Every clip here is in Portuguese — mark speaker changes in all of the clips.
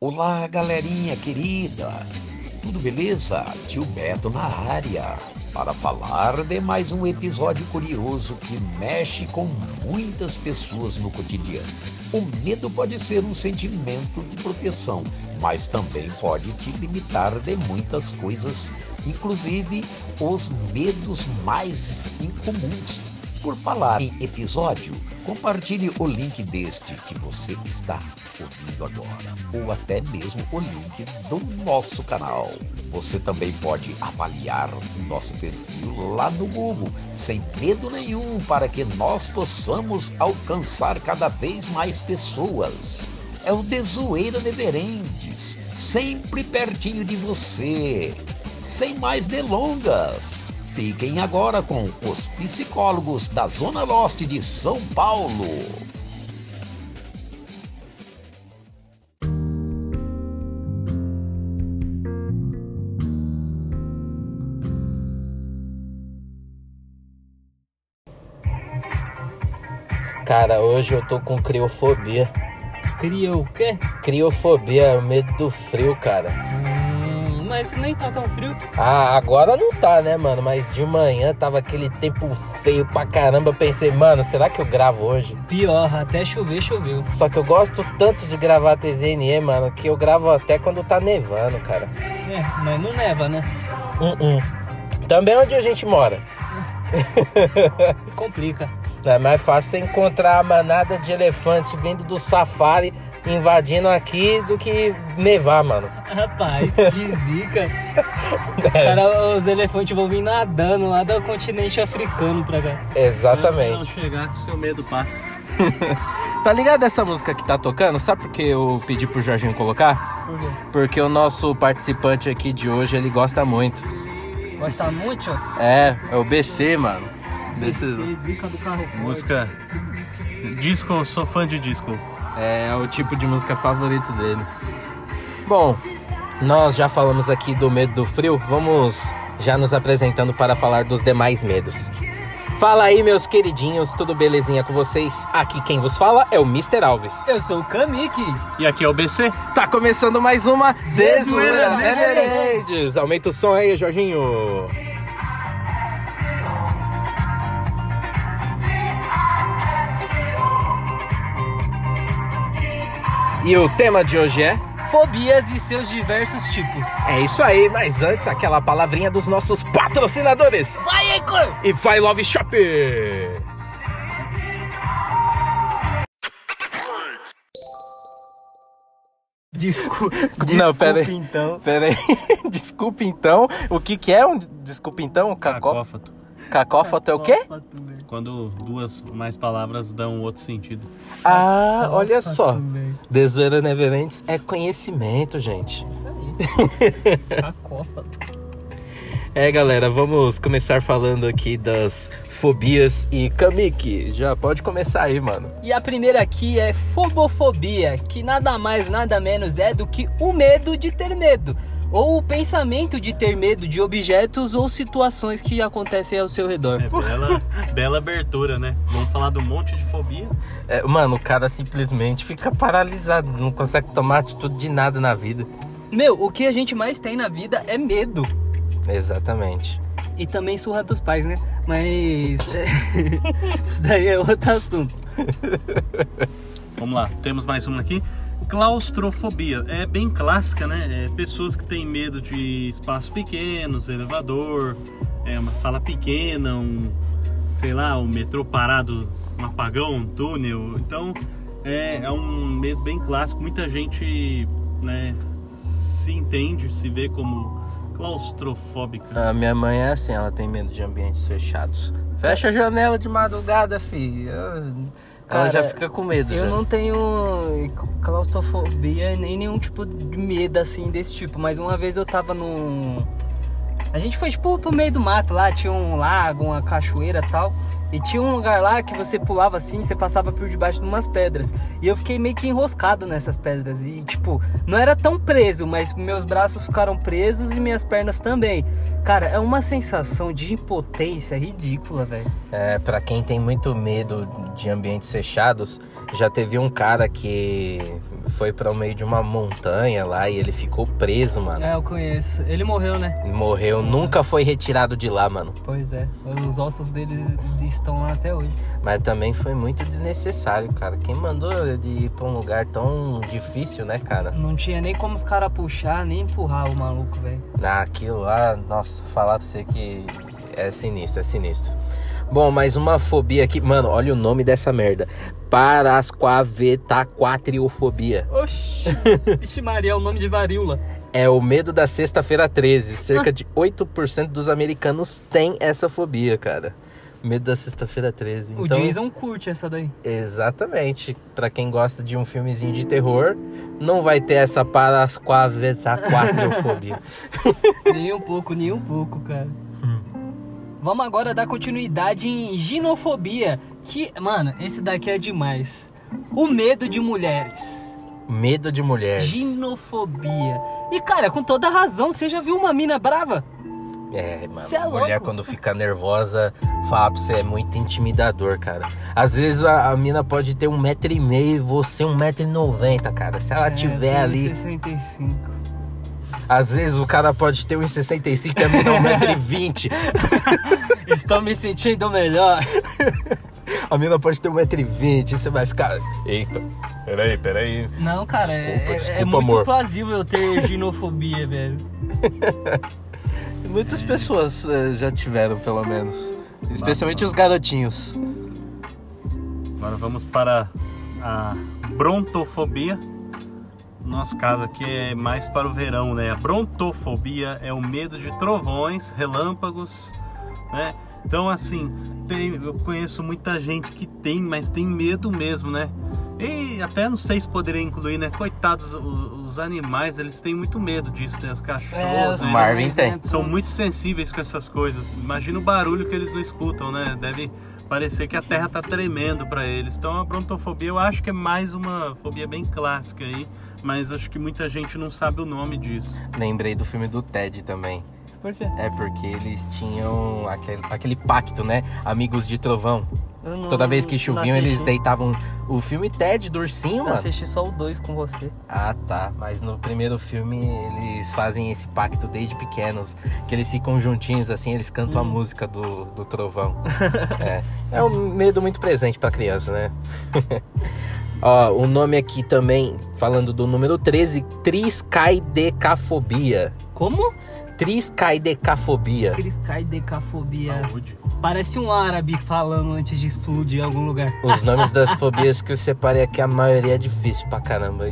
Speaker 1: Olá, galerinha querida! Tudo beleza? Tio Beto na área para falar de mais um episódio curioso que mexe com muitas pessoas no cotidiano. O medo pode ser um sentimento de proteção, mas também pode te limitar de muitas coisas, inclusive os medos mais incomuns. Por falar em episódio, compartilhe o link deste que você está ouvindo agora, ou até mesmo o link do nosso canal. Você também pode avaliar o nosso perfil lá no Google, sem medo nenhum, para que nós possamos alcançar cada vez mais pessoas. É o Desoeira de Verentes, sempre pertinho de você. Sem mais delongas. Fiquem agora com os psicólogos da Zona Leste de São Paulo.
Speaker 2: Cara, hoje eu tô com criofobia.
Speaker 3: Cria o quê?
Speaker 2: Criofobia é o medo do frio, cara.
Speaker 3: Hum, mas nem tá tão frio.
Speaker 2: Ah, agora não tá, né, mano? Mas de manhã tava aquele tempo feio pra caramba. Eu Pensei, mano, será que eu gravo hoje?
Speaker 3: Pior, até chover, choveu.
Speaker 2: Só que eu gosto tanto de gravar TZNE, mano, que eu gravo até quando tá nevando, cara.
Speaker 3: É, mas não neva, né?
Speaker 2: Uh Também onde a gente mora.
Speaker 3: Complica.
Speaker 2: É mais fácil você encontrar a manada de elefante vindo do safari invadindo aqui do que nevar, mano.
Speaker 3: Rapaz, que zica. Os, cara, os elefantes vão vir nadando lá do continente africano pra cá.
Speaker 2: Exatamente.
Speaker 3: chegar que seu medo passa.
Speaker 2: Tá ligado essa música que tá tocando? Sabe por que eu pedi pro Jorginho colocar?
Speaker 3: Por quê?
Speaker 2: Porque o nosso participante aqui de hoje, ele gosta muito.
Speaker 3: Gosta muito?
Speaker 2: É, é o BC, mano.
Speaker 3: Esse zica do carro. forte.
Speaker 4: Música. Disco, sou fã de disco.
Speaker 2: É, o tipo de música favorito dele. Bom, nós já falamos aqui do medo do frio, vamos já nos apresentando para falar dos demais medos. Fala aí, meus queridinhos, tudo belezinha com vocês? Aqui quem vos fala é o Mr. Alves.
Speaker 3: Eu sou o Kamiki.
Speaker 4: E aqui é o BC.
Speaker 2: Tá começando mais uma
Speaker 3: Desoeira
Speaker 2: Desoeira Neverends. né, Aumenta o som aí, Jorginho. E o tema de hoje é?
Speaker 3: Fobias e seus diversos tipos.
Speaker 2: É isso aí, mas antes aquela palavrinha dos nossos patrocinadores.
Speaker 3: Vai, Igor!
Speaker 2: E vai Love Shop!
Speaker 3: Desculpa.
Speaker 2: Não, pera aí.
Speaker 3: então.
Speaker 2: Pera aí, desculpa então. O que que é um desculpa então? Um cacó...
Speaker 4: Cacófato.
Speaker 2: Cacófato é o quê?
Speaker 4: Quando duas mais palavras dão outro sentido.
Speaker 2: Ah, olha só. Desoeira Neverentes é conhecimento, gente.
Speaker 3: A Copa.
Speaker 2: É, galera, vamos começar falando aqui das fobias e Kamiki. Já pode começar aí, mano.
Speaker 3: E a primeira aqui é fobofobia, que nada mais, nada menos é do que o medo de ter medo, ou o pensamento de ter medo de objetos ou situações que acontecem ao seu redor.
Speaker 4: É bela, bela abertura, né? Vamos falar do monte de fobia.
Speaker 2: É, mano, o cara simplesmente fica paralisado, não consegue tomar atitude de nada na vida.
Speaker 3: Meu, o que a gente mais tem na vida é medo.
Speaker 2: Exatamente.
Speaker 3: E também surra dos pais, né? Mas. Isso daí é outro assunto.
Speaker 4: Vamos lá, temos mais uma aqui. Claustrofobia. É bem clássica, né? É pessoas que têm medo de espaços pequenos, elevador, é uma sala pequena, um, sei lá, um metrô parado, um apagão, um túnel. Então, é, é um medo bem clássico. Muita gente, né, se entende, se vê como claustrofóbica.
Speaker 2: A minha mãe é assim, ela tem medo de ambientes fechados. Fecha a janela de madrugada, filho. Ah, Ela
Speaker 3: Cara,
Speaker 2: já fica com medo.
Speaker 3: Eu
Speaker 2: já.
Speaker 3: não tenho claustrofobia nem nenhum tipo de medo assim desse tipo, mas uma vez eu tava num. A gente foi tipo pro meio do mato lá, tinha um lago, uma cachoeira e tal. E tinha um lugar lá que você pulava assim, você passava por debaixo de umas pedras. E eu fiquei meio que enroscado nessas pedras. E tipo, não era tão preso, mas meus braços ficaram presos e minhas pernas também. Cara, é uma sensação de impotência ridícula, velho.
Speaker 2: É, pra quem tem muito medo de ambientes fechados, já teve um cara que foi para o meio de uma montanha lá e ele ficou preso, mano.
Speaker 3: É, eu conheço. Ele morreu, né?
Speaker 2: E Morreu, nunca foi retirado de lá, mano.
Speaker 3: Pois é. Os ossos dele estão lá até hoje.
Speaker 2: Mas também foi muito desnecessário, cara. Quem mandou ele ir pra um lugar tão difícil, né, cara?
Speaker 3: Não tinha nem como os caras puxar, nem empurrar o maluco, velho.
Speaker 2: Ah, Aquilo lá, nossa, falar pra você que é sinistro, é sinistro. Bom, mais uma fobia aqui. Mano, olha o nome dessa merda. Parasquavetaquatriofobia.
Speaker 3: Oxi! Vixe Maria, é o nome de varíola.
Speaker 2: É o medo da sexta-feira 13.
Speaker 3: Ah.
Speaker 2: Cerca de 8% dos americanos têm essa fobia, cara. Medo da sexta-feira 13.
Speaker 3: O
Speaker 2: Então,
Speaker 3: Jason curte essa daí.
Speaker 2: Exatamente. Pra quem gosta de um filmezinho de terror, não vai ter essa parasquavetaquatriofobia.
Speaker 3: nem um pouco, nem um pouco, cara. Vamos agora dar continuidade em ginofobia. Que, mano, esse daqui é demais. O medo de mulheres.
Speaker 2: medo de mulheres.
Speaker 3: Ginofobia. E, cara, com toda razão, você já viu uma mina brava?
Speaker 2: É, mano,
Speaker 3: Cê é
Speaker 2: mulher
Speaker 3: louco.
Speaker 2: quando fica nervosa, fala pra você, é muito intimidador, cara. Às vezes a, a mina pode ter um metro e meio e você um metro e noventa, cara. Se
Speaker 3: É,
Speaker 2: ela tiver ali,
Speaker 3: 65.
Speaker 2: às vezes o cara pode ter um 65 e a mina um metro e vinte.
Speaker 3: Estou me sentindo melhor.
Speaker 2: A mina pode ter um metro e vinte e você vai ficar... Eita, peraí, peraí.
Speaker 3: Não, cara, é-
Speaker 2: Desculpa,
Speaker 3: é, é
Speaker 2: desculpa,
Speaker 3: muito
Speaker 2: amor.
Speaker 3: plausível eu ter ginofobia, velho.
Speaker 2: Muitas pessoas eh, já tiveram, pelo menos. Especialmente os garotinhos.
Speaker 4: Agora vamos para a brontofobia. No Nosso caso aqui é mais para o verão, né? A brontofobia é o medo de trovões, relâmpagos, né? Então, assim, tem- eu conheço muita gente que tem, mas tem medo mesmo, né? E até não sei se poderia incluir, né? Coitados, o- os, animais, eles têm muito medo disso, né? Os
Speaker 3: É,
Speaker 4: cachorros,
Speaker 2: os
Speaker 4: né?
Speaker 2: Marvin tem.
Speaker 4: São muito sensíveis com essas coisas. Imagina o barulho que eles não escutam, né? Deve parecer que a terra tá tremendo para eles. Então a brontofobia eu acho que é mais uma fobia bem clássica aí, mas acho que muita gente não sabe o nome disso.
Speaker 2: Lembrei do filme do Ted também.
Speaker 3: Por quê?
Speaker 2: É porque eles tinham aquele, aquele pacto, né? Amigos de trovão.
Speaker 3: Eu não-
Speaker 2: Toda vez que
Speaker 3: Hum, não
Speaker 2: choviam, eles
Speaker 3: assisti.
Speaker 2: deitavam o filme Ted do ursinho,
Speaker 3: Eu
Speaker 2: mano.
Speaker 3: assisti só o 2 com você.
Speaker 2: Ah, tá. Mas no primeiro filme, eles fazem esse pacto desde pequenos. Que eles ficam juntinhos, assim, eles cantam a música do, do trovão. é. é um medo muito presente pra criança, né? Ó, o nome aqui também, falando do número 13, Triscaidecafobia.
Speaker 3: Como?
Speaker 2: Triscaidecafobia.
Speaker 3: Aqueles caidecafobia.
Speaker 2: É.
Speaker 4: Saúde.
Speaker 3: Parece um árabe falando antes de explodir em algum lugar.
Speaker 2: Os nomes das fobias que eu separei aqui, a maioria é difícil pra caramba.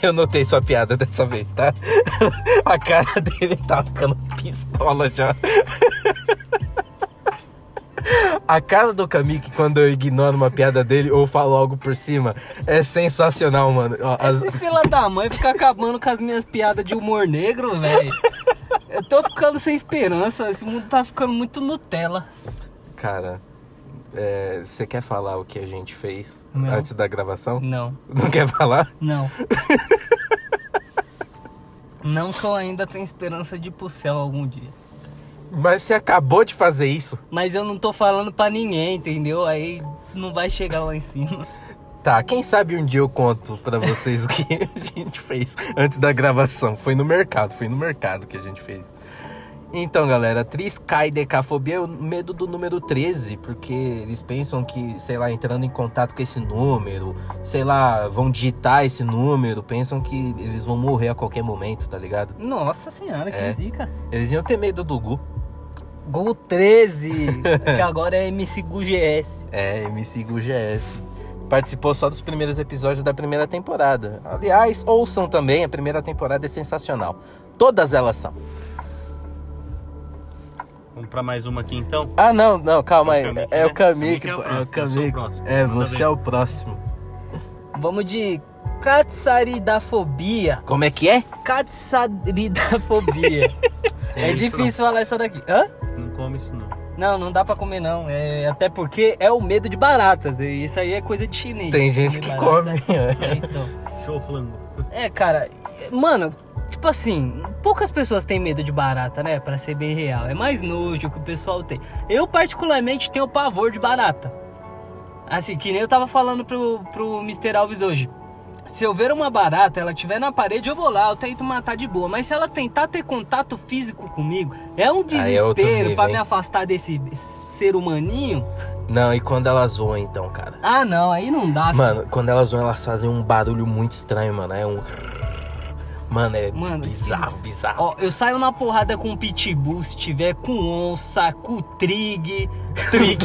Speaker 2: Eu notei sua piada dessa vez, tá? A cara dele tá ficando pistola já. A cara do Kamiki quando eu ignoro uma piada dele ou falo algo por cima é sensacional, mano. Ó, as-
Speaker 3: Esse fila da mãe fica acabando com as minhas piadas de humor negro, velho. Eu tô ficando sem esperança, esse mundo tá ficando muito Nutella.
Speaker 2: Cara, é, você quer falar o que a gente fez
Speaker 3: Não.
Speaker 2: antes da gravação?
Speaker 3: Não,
Speaker 2: Não quer falar?
Speaker 3: não. Não que eu ainda tenha esperança de ir pro céu algum dia.
Speaker 2: Mas você acabou de fazer isso.
Speaker 3: Mas eu não tô falando pra ninguém, entendeu? Aí não vai chegar lá em cima.
Speaker 2: Tá, quem sabe um dia eu conto pra vocês o que a gente fez antes da gravação. Foi no mercado, foi no mercado que a gente fez. Então, galera, triscaidecafobia é o medo do número 13, porque eles pensam que, sei lá, entrando em contato com esse número, sei lá, vão digitar esse número, pensam que eles vão morrer a qualquer momento, tá ligado?
Speaker 3: Nossa senhora, que
Speaker 2: É.
Speaker 3: zica.
Speaker 2: Eles iam ter medo do Gu.
Speaker 3: Gol 13, que agora é MC GS.
Speaker 2: É, MC GS. Participou só dos primeiros episódios da primeira temporada. Aliás, ouçam também, a primeira temporada é sensacional. Todas elas são.
Speaker 4: Vamos para mais uma aqui então.
Speaker 2: Ah, não, não, calma aí.
Speaker 4: Kamiki,
Speaker 2: É
Speaker 4: né?
Speaker 2: o Kamik,
Speaker 4: Kamiki é o
Speaker 2: pô, é o
Speaker 4: próximo, eu sou o
Speaker 2: Kamik.
Speaker 4: próximo. Tá
Speaker 2: É,
Speaker 4: Manda
Speaker 2: você
Speaker 4: ver.
Speaker 2: é o próximo.
Speaker 3: Vamos de catsaridafobia.
Speaker 2: Como é que é?
Speaker 3: Catsaridafobia. é
Speaker 4: Isso.
Speaker 3: difícil falar isso daqui. Hã?
Speaker 4: Não come isso não.
Speaker 3: Não, não dá pra comer não. É, até porque é o medo de baratas. E isso aí é coisa de chinês.
Speaker 2: Tem gente que
Speaker 3: Comer
Speaker 2: come. né?
Speaker 3: barata. É, então.
Speaker 4: Show flango.
Speaker 3: É, cara, mano, tipo assim, poucas pessoas têm medo de barata, né? Pra ser bem real. É mais nojo que o pessoal tem. Eu, particularmente, tenho pavor de barata. Assim, que nem eu tava falando pro, pro Mr. Alves hoje. Se eu ver uma barata, ela estiver na parede, eu vou lá, eu tento matar de boa. Mas se ela tentar ter contato físico comigo, é um
Speaker 2: Aí é outro
Speaker 3: desespero
Speaker 2: nível,
Speaker 3: pra me
Speaker 2: hein?
Speaker 3: afastar desse ser humaninho.
Speaker 2: Não, e quando elas zoam então, cara?
Speaker 3: Ah, não, aí não dá. filho.
Speaker 2: Mano, quando elas zoam, elas fazem um barulho muito estranho, mano. É um. Mano, é
Speaker 3: Mano,
Speaker 2: bizarro, bizarro.
Speaker 3: Ó, eu saio na porrada com pitbull se tiver com onça, com trig. Trig.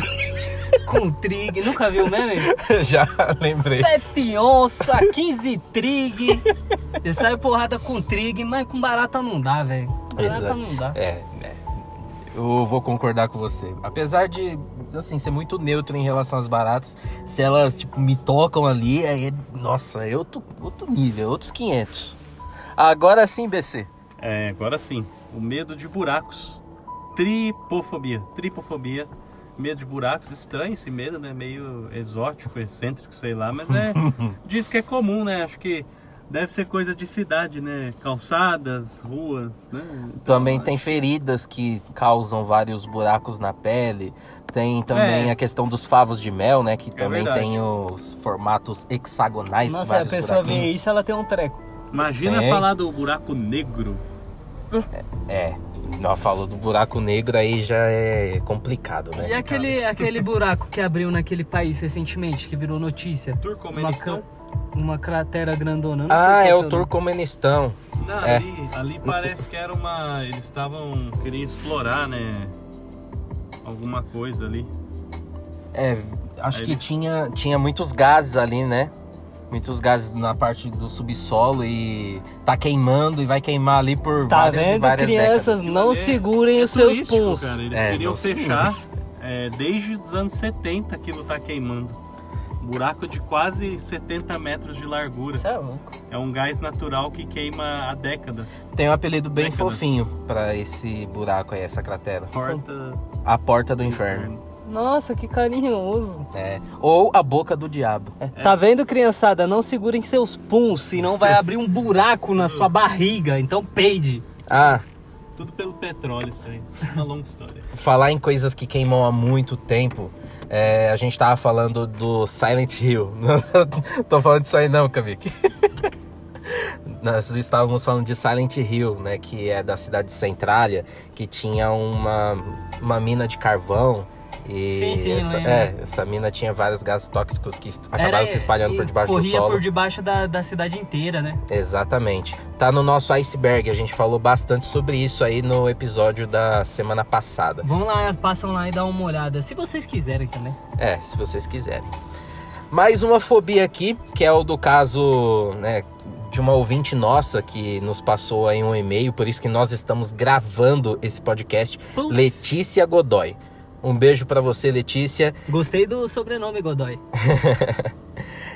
Speaker 3: com trig. Nunca viu meme?
Speaker 2: Já lembrei.
Speaker 3: Sete onça, 15 trig. Eu saio porrada com trig, mas com barata não dá, velho. Barata
Speaker 2: Exato.
Speaker 3: não dá.
Speaker 2: É, é. Eu vou concordar com você. Apesar de, assim, ser muito neutro em relação às baratas, se elas, tipo, me tocam ali, aí, é- nossa, é outro, outro nível, outros 500. Agora sim, BC.
Speaker 4: É, agora sim. O medo de buracos. Tripofobia. Tripofobia. Medo de buracos. Estranho esse medo, né? Meio exótico, excêntrico, sei lá. Mas é. diz que é comum, né? Acho que deve ser coisa de cidade, né? Calçadas, ruas, né? Então,
Speaker 2: Também tem feridas que causam vários buracos na pele. Tem também
Speaker 4: É.
Speaker 2: a questão dos favos de mel, né? Que também
Speaker 4: verdade.
Speaker 2: tem os formatos hexagonais. com
Speaker 3: É Nossa, a
Speaker 2: vários
Speaker 3: pessoa
Speaker 2: buraquinhos.
Speaker 3: vê isso, ela tem um treco.
Speaker 4: Imagina
Speaker 2: Sim.
Speaker 4: falar do buraco negro.
Speaker 2: É, não, falou do buraco negro aí já é complicado, né?
Speaker 3: E aquele, aquele buraco que abriu naquele país recentemente, que virou notícia?
Speaker 4: Turcomenistão.
Speaker 3: Uma cratera grandona. eu não sei qual
Speaker 2: Ah,
Speaker 3: que
Speaker 2: é o
Speaker 3: nome.
Speaker 2: Turcomenistão.
Speaker 4: Não,
Speaker 2: É.
Speaker 4: ali, ali parece que era uma. Eles estavam. Queriam explorar, né? Alguma coisa ali.
Speaker 2: É, acho
Speaker 4: Aí
Speaker 2: que
Speaker 4: eles-
Speaker 2: tinha, tinha muitos gases ali, né? Muitos gases na parte do subsolo e tá queimando e vai queimar ali por
Speaker 3: Tá
Speaker 2: várias e
Speaker 3: vendo,
Speaker 2: várias
Speaker 3: crianças?
Speaker 4: Aquilo
Speaker 3: Não
Speaker 4: ali é-
Speaker 3: segurem
Speaker 4: é
Speaker 3: os seus
Speaker 4: turístico,
Speaker 3: pulsos.
Speaker 4: Cara. Eles
Speaker 2: É,
Speaker 4: queriam
Speaker 2: não segura.
Speaker 4: fechar é, desde os anos 70 aquilo tá queimando. Buraco de quase 70 metros de largura.
Speaker 3: Isso é louco.
Speaker 4: É um gás natural que queima há décadas.
Speaker 2: décadas. Tem um apelido bem
Speaker 4: Décadas.
Speaker 2: fofinho pra esse buraco aí, essa cratera.
Speaker 4: Porta.
Speaker 2: A Porta do Inferno.
Speaker 3: Nossa, que carinhoso.
Speaker 2: É. Ou a Boca do Diabo.
Speaker 3: Tá vendo, criançada? Não segurem seus puns, senão vai abrir um buraco na sua barriga. Então peide.
Speaker 2: Ah,
Speaker 4: Tudo pelo petróleo, isso aí. Isso é Uma longa história.
Speaker 2: falar em coisas que queimam há muito tempo. é, a gente tava falando do Silent Hill. Não tô falando disso aí não, Kamik. Nós estávamos falando de Silent Hill, né? Que é da cidade de Centralia, que tinha uma, uma mina de carvão. E
Speaker 3: Sim, sim, eu
Speaker 2: essa,
Speaker 3: lembro.
Speaker 2: é, essa mina tinha vários gases tóxicos que acabaram se espalhando por debaixo do
Speaker 3: corria
Speaker 2: solo.
Speaker 3: por debaixo da, da cidade inteira, né?
Speaker 2: Exatamente. Tá no nosso iceberg, a gente falou bastante sobre isso aí no episódio da semana passada.
Speaker 3: Vão lá, passam lá e dá uma olhada. Se vocês quiserem também.
Speaker 2: É, se vocês quiserem. Mais uma fobia aqui, que é o do caso né, de uma ouvinte nossa que nos passou aí um e-mail, por isso que nós estamos gravando esse podcast,
Speaker 3: Putz.
Speaker 2: Letícia Godoy. Um beijo pra você, Letícia.
Speaker 3: Gostei do sobrenome, Godoy.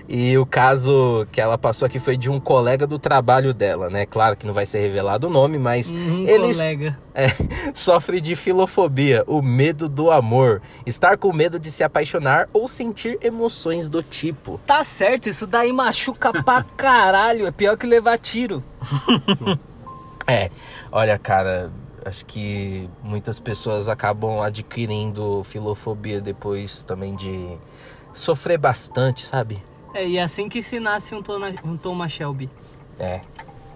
Speaker 2: E o caso que ela passou aqui foi de um colega do trabalho dela, né? Claro que não vai ser revelado o nome, mas
Speaker 3: Um
Speaker 2: eles
Speaker 3: colega.
Speaker 2: É, sofre de filofobia, o medo do amor, estar com medo de se apaixonar ou sentir emoções do tipo.
Speaker 3: Tá certo, isso daí machuca pra caralho. É pior que levar tiro.
Speaker 2: É, olha, cara, acho que muitas pessoas acabam adquirindo filofobia depois também de sofrer bastante, sabe?
Speaker 3: É, e assim que se nasce um, Tona- um Thomas Shelby.
Speaker 2: É.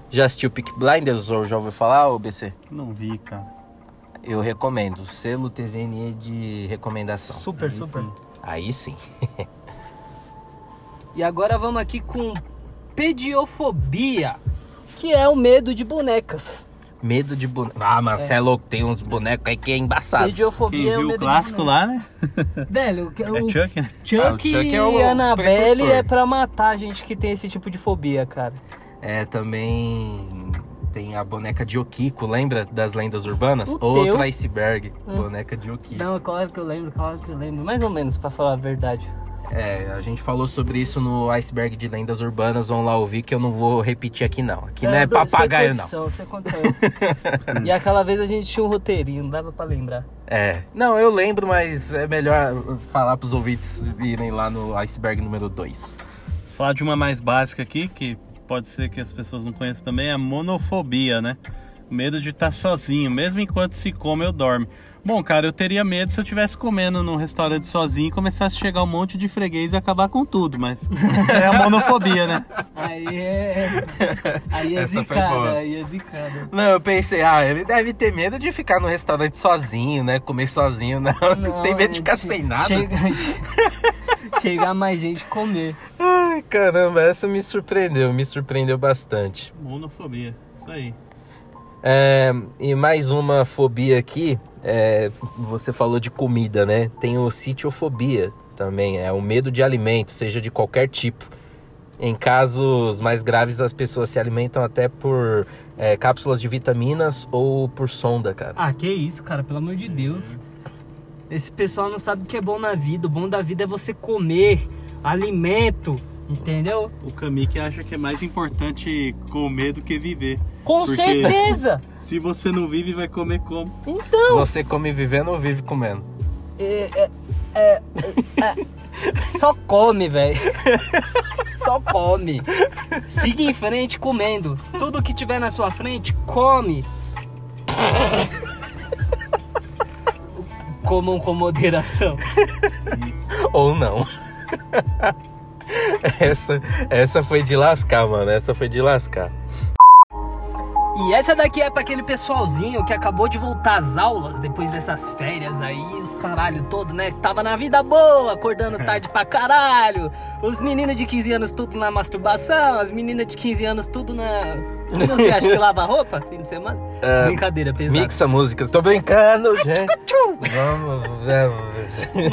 Speaker 2: Já assistiu Peak Blinders ou já ouviu falar, ô BC?
Speaker 4: Não vi, cara.
Speaker 2: Eu recomendo, selo TZNE de recomendação.
Speaker 3: Super, super.
Speaker 2: Aí sim.
Speaker 3: E agora vamos aqui com pediofobia, que é o medo de bonecas.
Speaker 2: Medo de boneco. Ah, Marcelo, tem uns bonecos aí que é embaçado.
Speaker 4: Quem
Speaker 3: Pediofobia é o
Speaker 4: viu
Speaker 3: medo
Speaker 4: o clássico
Speaker 3: de
Speaker 4: lá, né?
Speaker 3: bonecas. Velho, o,
Speaker 4: É
Speaker 3: o Chuck,
Speaker 4: Chuck, né?
Speaker 2: Ah, o Chuck
Speaker 3: e
Speaker 2: é o
Speaker 3: Annabelle
Speaker 2: precursor.
Speaker 3: é pra matar a gente que tem esse tipo de fobia, cara.
Speaker 2: É, também tem a boneca de Okiko, lembra das lendas urbanas?
Speaker 3: O
Speaker 2: Outra
Speaker 3: teu. Hum.
Speaker 2: iceberg, boneca de Okiko.
Speaker 3: Não, claro que eu lembro, claro que eu lembro. Mais ou menos, pra falar a verdade.
Speaker 2: É, a gente falou sobre isso no iceberg de lendas urbanas, vão lá ouvir que eu não vou repetir aqui não. Aqui não é
Speaker 3: do- sem
Speaker 2: papagaio não.
Speaker 3: condição, Sem condição. e aquela vez a gente tinha um roteirinho, não dava pra lembrar.
Speaker 2: É. Não, eu lembro, mas é melhor falar pros ouvintes irem lá no iceberg número 2.
Speaker 4: Falar de uma mais básica aqui, que pode ser que as pessoas não conheçam tá também, é a monofobia, né? O Medo de estar sozinho, mesmo enquanto se come ou dorme. Bom, cara, eu teria medo se eu estivesse comendo num restaurante sozinho e começasse a chegar um monte de freguês e acabar com tudo, mas é a monofobia, né?
Speaker 3: Aí é. Aí é
Speaker 2: Essa foi
Speaker 3: zicada,
Speaker 2: boa.
Speaker 3: aí é zicada.
Speaker 2: Não, eu pensei, ah, ele deve ter medo de ficar no restaurante sozinho, né? Comer sozinho, não.
Speaker 3: Não,
Speaker 2: Tem medo de ficar
Speaker 3: gente,
Speaker 2: sem nada.
Speaker 3: Chega, chegar mais gente e comer.
Speaker 2: Ai, caramba, essa me surpreendeu, me surpreendeu bastante.
Speaker 4: Monofobia, isso aí.
Speaker 2: É, e mais uma fobia aqui, é, você falou de comida, né? Tem o sitiofobia também, é o medo de alimento, seja de qualquer tipo. Em casos mais graves, as pessoas se alimentam até por é, cápsulas de vitaminas ou por sonda, cara.
Speaker 3: Ah, que isso, cara, pelo amor de Deus. Esse pessoal não sabe o que é bom na vida. O bom da vida é você comer alimento, entendeu?
Speaker 4: O Kami que acha que é mais importante comer do que viver.
Speaker 3: Com
Speaker 4: Porque-
Speaker 3: certeza!
Speaker 4: Se você não vive, vai comer como?
Speaker 3: Então,
Speaker 2: Você come vivendo ou vive comendo?
Speaker 3: é, é, é, é, só come, velho. Só come. Siga em frente comendo. Tudo que tiver na sua frente, come. Comam com moderação.
Speaker 2: Ou não. essa, essa foi de lascar, mano. Essa foi de lascar.
Speaker 3: E essa daqui é pra aquele pessoalzinho que acabou de voltar às aulas depois dessas férias aí, os caralho todo, né? Que Tava na vida boa, acordando tarde pra caralho. Os meninos de 15 anos tudo na masturbação, as meninas de 15 anos tudo na. Não sei, acho que lava roupa fim de semana.
Speaker 2: É,
Speaker 3: Brincadeira, pesado.
Speaker 2: Mixa músicas. Tô brincando, gente. Vamos, vamos.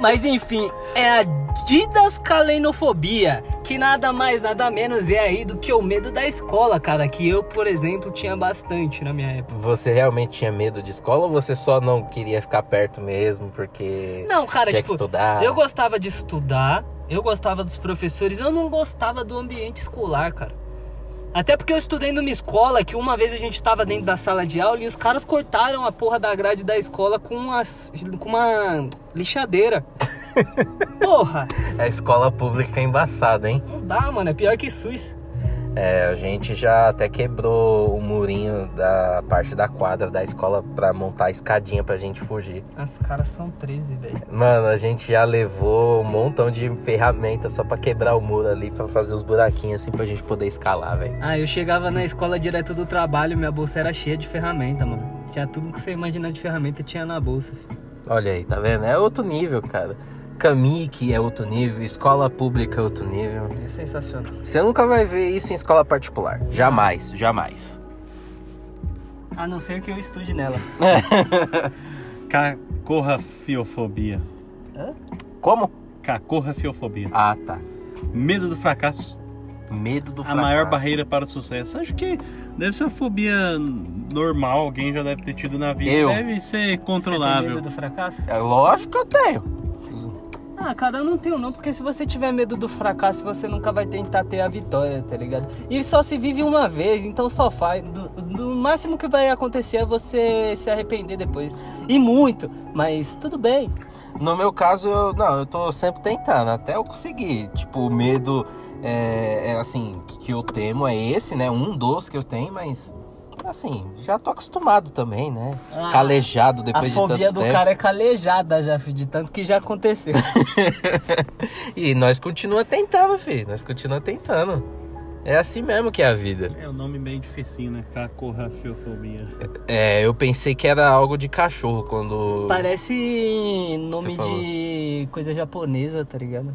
Speaker 3: Mas enfim, é a didascalenofobia, que nada mais, nada menos é aí do que o medo da escola, cara. Que eu, por exemplo, tinha bastante na minha época.
Speaker 2: Você realmente tinha medo de escola ou você só não queria ficar perto mesmo porque
Speaker 3: Não, cara,
Speaker 2: tinha
Speaker 3: tipo,
Speaker 2: que estudar?
Speaker 3: Eu gostava de estudar, eu gostava dos professores, eu não gostava do ambiente escolar, cara. Até porque eu estudei numa escola que uma vez a gente tava dentro da sala de aula e os caras cortaram a porra da grade da escola com uma, com uma lixadeira. porra,
Speaker 2: A escola pública é embaçada, hein?
Speaker 3: não dá, mano, é pior que SUS.
Speaker 2: É, a gente já até quebrou o murinho da parte da quadra da escola pra montar a escadinha pra gente fugir.
Speaker 3: As caras são 13, velho.
Speaker 2: Mano, a gente já levou um montão de ferramenta só pra quebrar o muro ali, pra fazer os buraquinhos assim pra gente poder escalar, velho.
Speaker 3: Ah, eu chegava na escola direto do trabalho, minha bolsa era cheia de ferramenta, mano. Tinha tudo que você imaginar de ferramenta, tinha na bolsa.
Speaker 2: Olha aí, tá vendo? É outro nível, cara. Camique é outro nível, escola pública é outro nível.
Speaker 3: É sensacional.
Speaker 2: Você nunca vai ver isso em escola particular. Jamais, jamais.
Speaker 3: A não ser que eu estude nela.
Speaker 4: Cacorrafiofobia.
Speaker 2: Como?
Speaker 4: Cacorrafiofobia.
Speaker 2: Ah, tá.
Speaker 4: Medo do fracasso.
Speaker 2: Medo do
Speaker 4: A
Speaker 2: fracasso.
Speaker 4: maior barreira para o sucesso. Acho que deve ser uma fobia normal, alguém já deve ter tido na vida.
Speaker 2: Eu.
Speaker 4: Deve ser
Speaker 3: Você tem
Speaker 4: controlável.
Speaker 3: medo do fracasso?
Speaker 2: É lógico que eu tenho.
Speaker 3: Ah, cara, eu não tenho não, porque se você tiver medo do fracasso, você nunca vai tentar ter a vitória, tá ligado? E só se vive uma vez, então só faz. Do, do máximo que vai acontecer é você se arrepender depois. E muito, mas tudo bem.
Speaker 2: No meu caso, eu, não, eu tô sempre tentando, até eu conseguir. Tipo, o medo é, é, assim, que eu temo é esse, né? Um dos que eu tenho, mas assim, já tô acostumado também, né?
Speaker 3: Ah,
Speaker 2: Calejado depois
Speaker 3: a
Speaker 2: de tanto
Speaker 3: fobia do
Speaker 2: tempo.
Speaker 3: cara é calejada já, filho, de tanto que já aconteceu.
Speaker 2: E nós continua tentando, filho. Nós continua tentando. É assim mesmo que é a vida.
Speaker 4: É um nome bem dificinho, né? Cacorrafiofobia.
Speaker 2: É, eu pensei que era algo de cachorro quando.
Speaker 3: Parece nome
Speaker 2: Você falou.
Speaker 3: de coisa japonesa, tá ligado?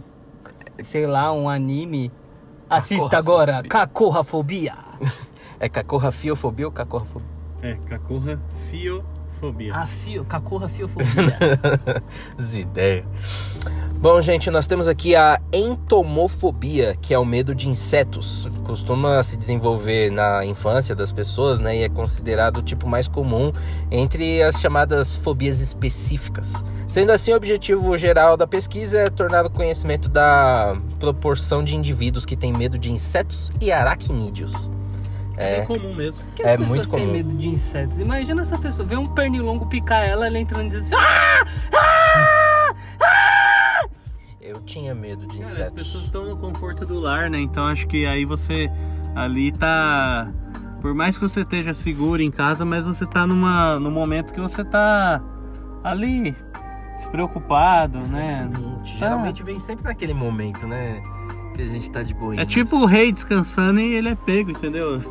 Speaker 3: Sei lá, um anime. Assista agora, Kakorrafobia.
Speaker 2: É cacorrafiofobia ou cacorrafobia?
Speaker 4: É, cacorrafiofobia.
Speaker 3: A fio, Kakorrafiofobia.
Speaker 2: As ideias. Bom, gente, nós temos aqui a entomofobia, que é o medo de insetos. Costuma se desenvolver na infância das pessoas, né? E é considerado o tipo mais comum entre as chamadas fobias específicas. Sendo assim, o objetivo geral da pesquisa é tornar o conhecimento da proporção de indivíduos que têm medo de insetos e aracnídeos.
Speaker 4: É, comum mesmo.
Speaker 3: Por que as
Speaker 2: É
Speaker 3: pessoas
Speaker 2: muito
Speaker 3: têm
Speaker 2: comum.
Speaker 3: medo de insetos? Imagina essa pessoa, vê um pernilongo picar ela, ela entra no desespero. Ah!
Speaker 2: Eu tinha medo de
Speaker 4: Cara, as
Speaker 2: insetos.
Speaker 4: pessoas estão no conforto do lar, né? Então acho que aí você ali tá. Por mais que você esteja seguro em casa, mas você tá numa, num momento que você tá ali despreocupado, né?
Speaker 2: Geralmente vem sempre naquele momento, né? Que a gente tá de boinha.
Speaker 4: É tipo o rei descansando e ele é pego, entendeu?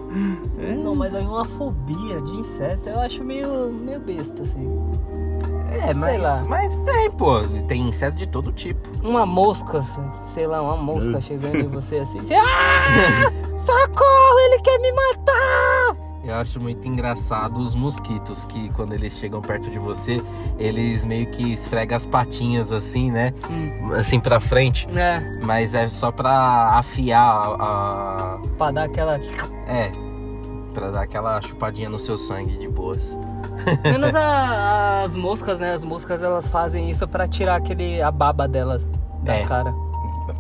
Speaker 3: É. Não, mas aí uma fobia de inseto eu acho meio, meio besta, assim.
Speaker 2: É, mas,
Speaker 3: sei lá.
Speaker 2: mas tem, pô. Tem inseto de todo tipo.
Speaker 3: Uma mosca, assim, sei lá, uma
Speaker 2: É.
Speaker 3: mosca chegando em você assim. Você, ah! Socorro, ele quer me matar!
Speaker 2: Eu acho muito engraçado os mosquitos que quando eles chegam perto de você, eles meio que esfregam as patinhas assim, né?
Speaker 4: Hum.
Speaker 2: Assim pra frente.
Speaker 3: É,
Speaker 2: Mas é só pra afiar a. a-
Speaker 3: pra dar aquela.
Speaker 2: É. Pra dar aquela chupadinha no seu sangue de boas.
Speaker 3: Menos a- as moscas, né? As moscas elas fazem isso pra tirar aquele a baba dela da
Speaker 2: É.
Speaker 3: cara.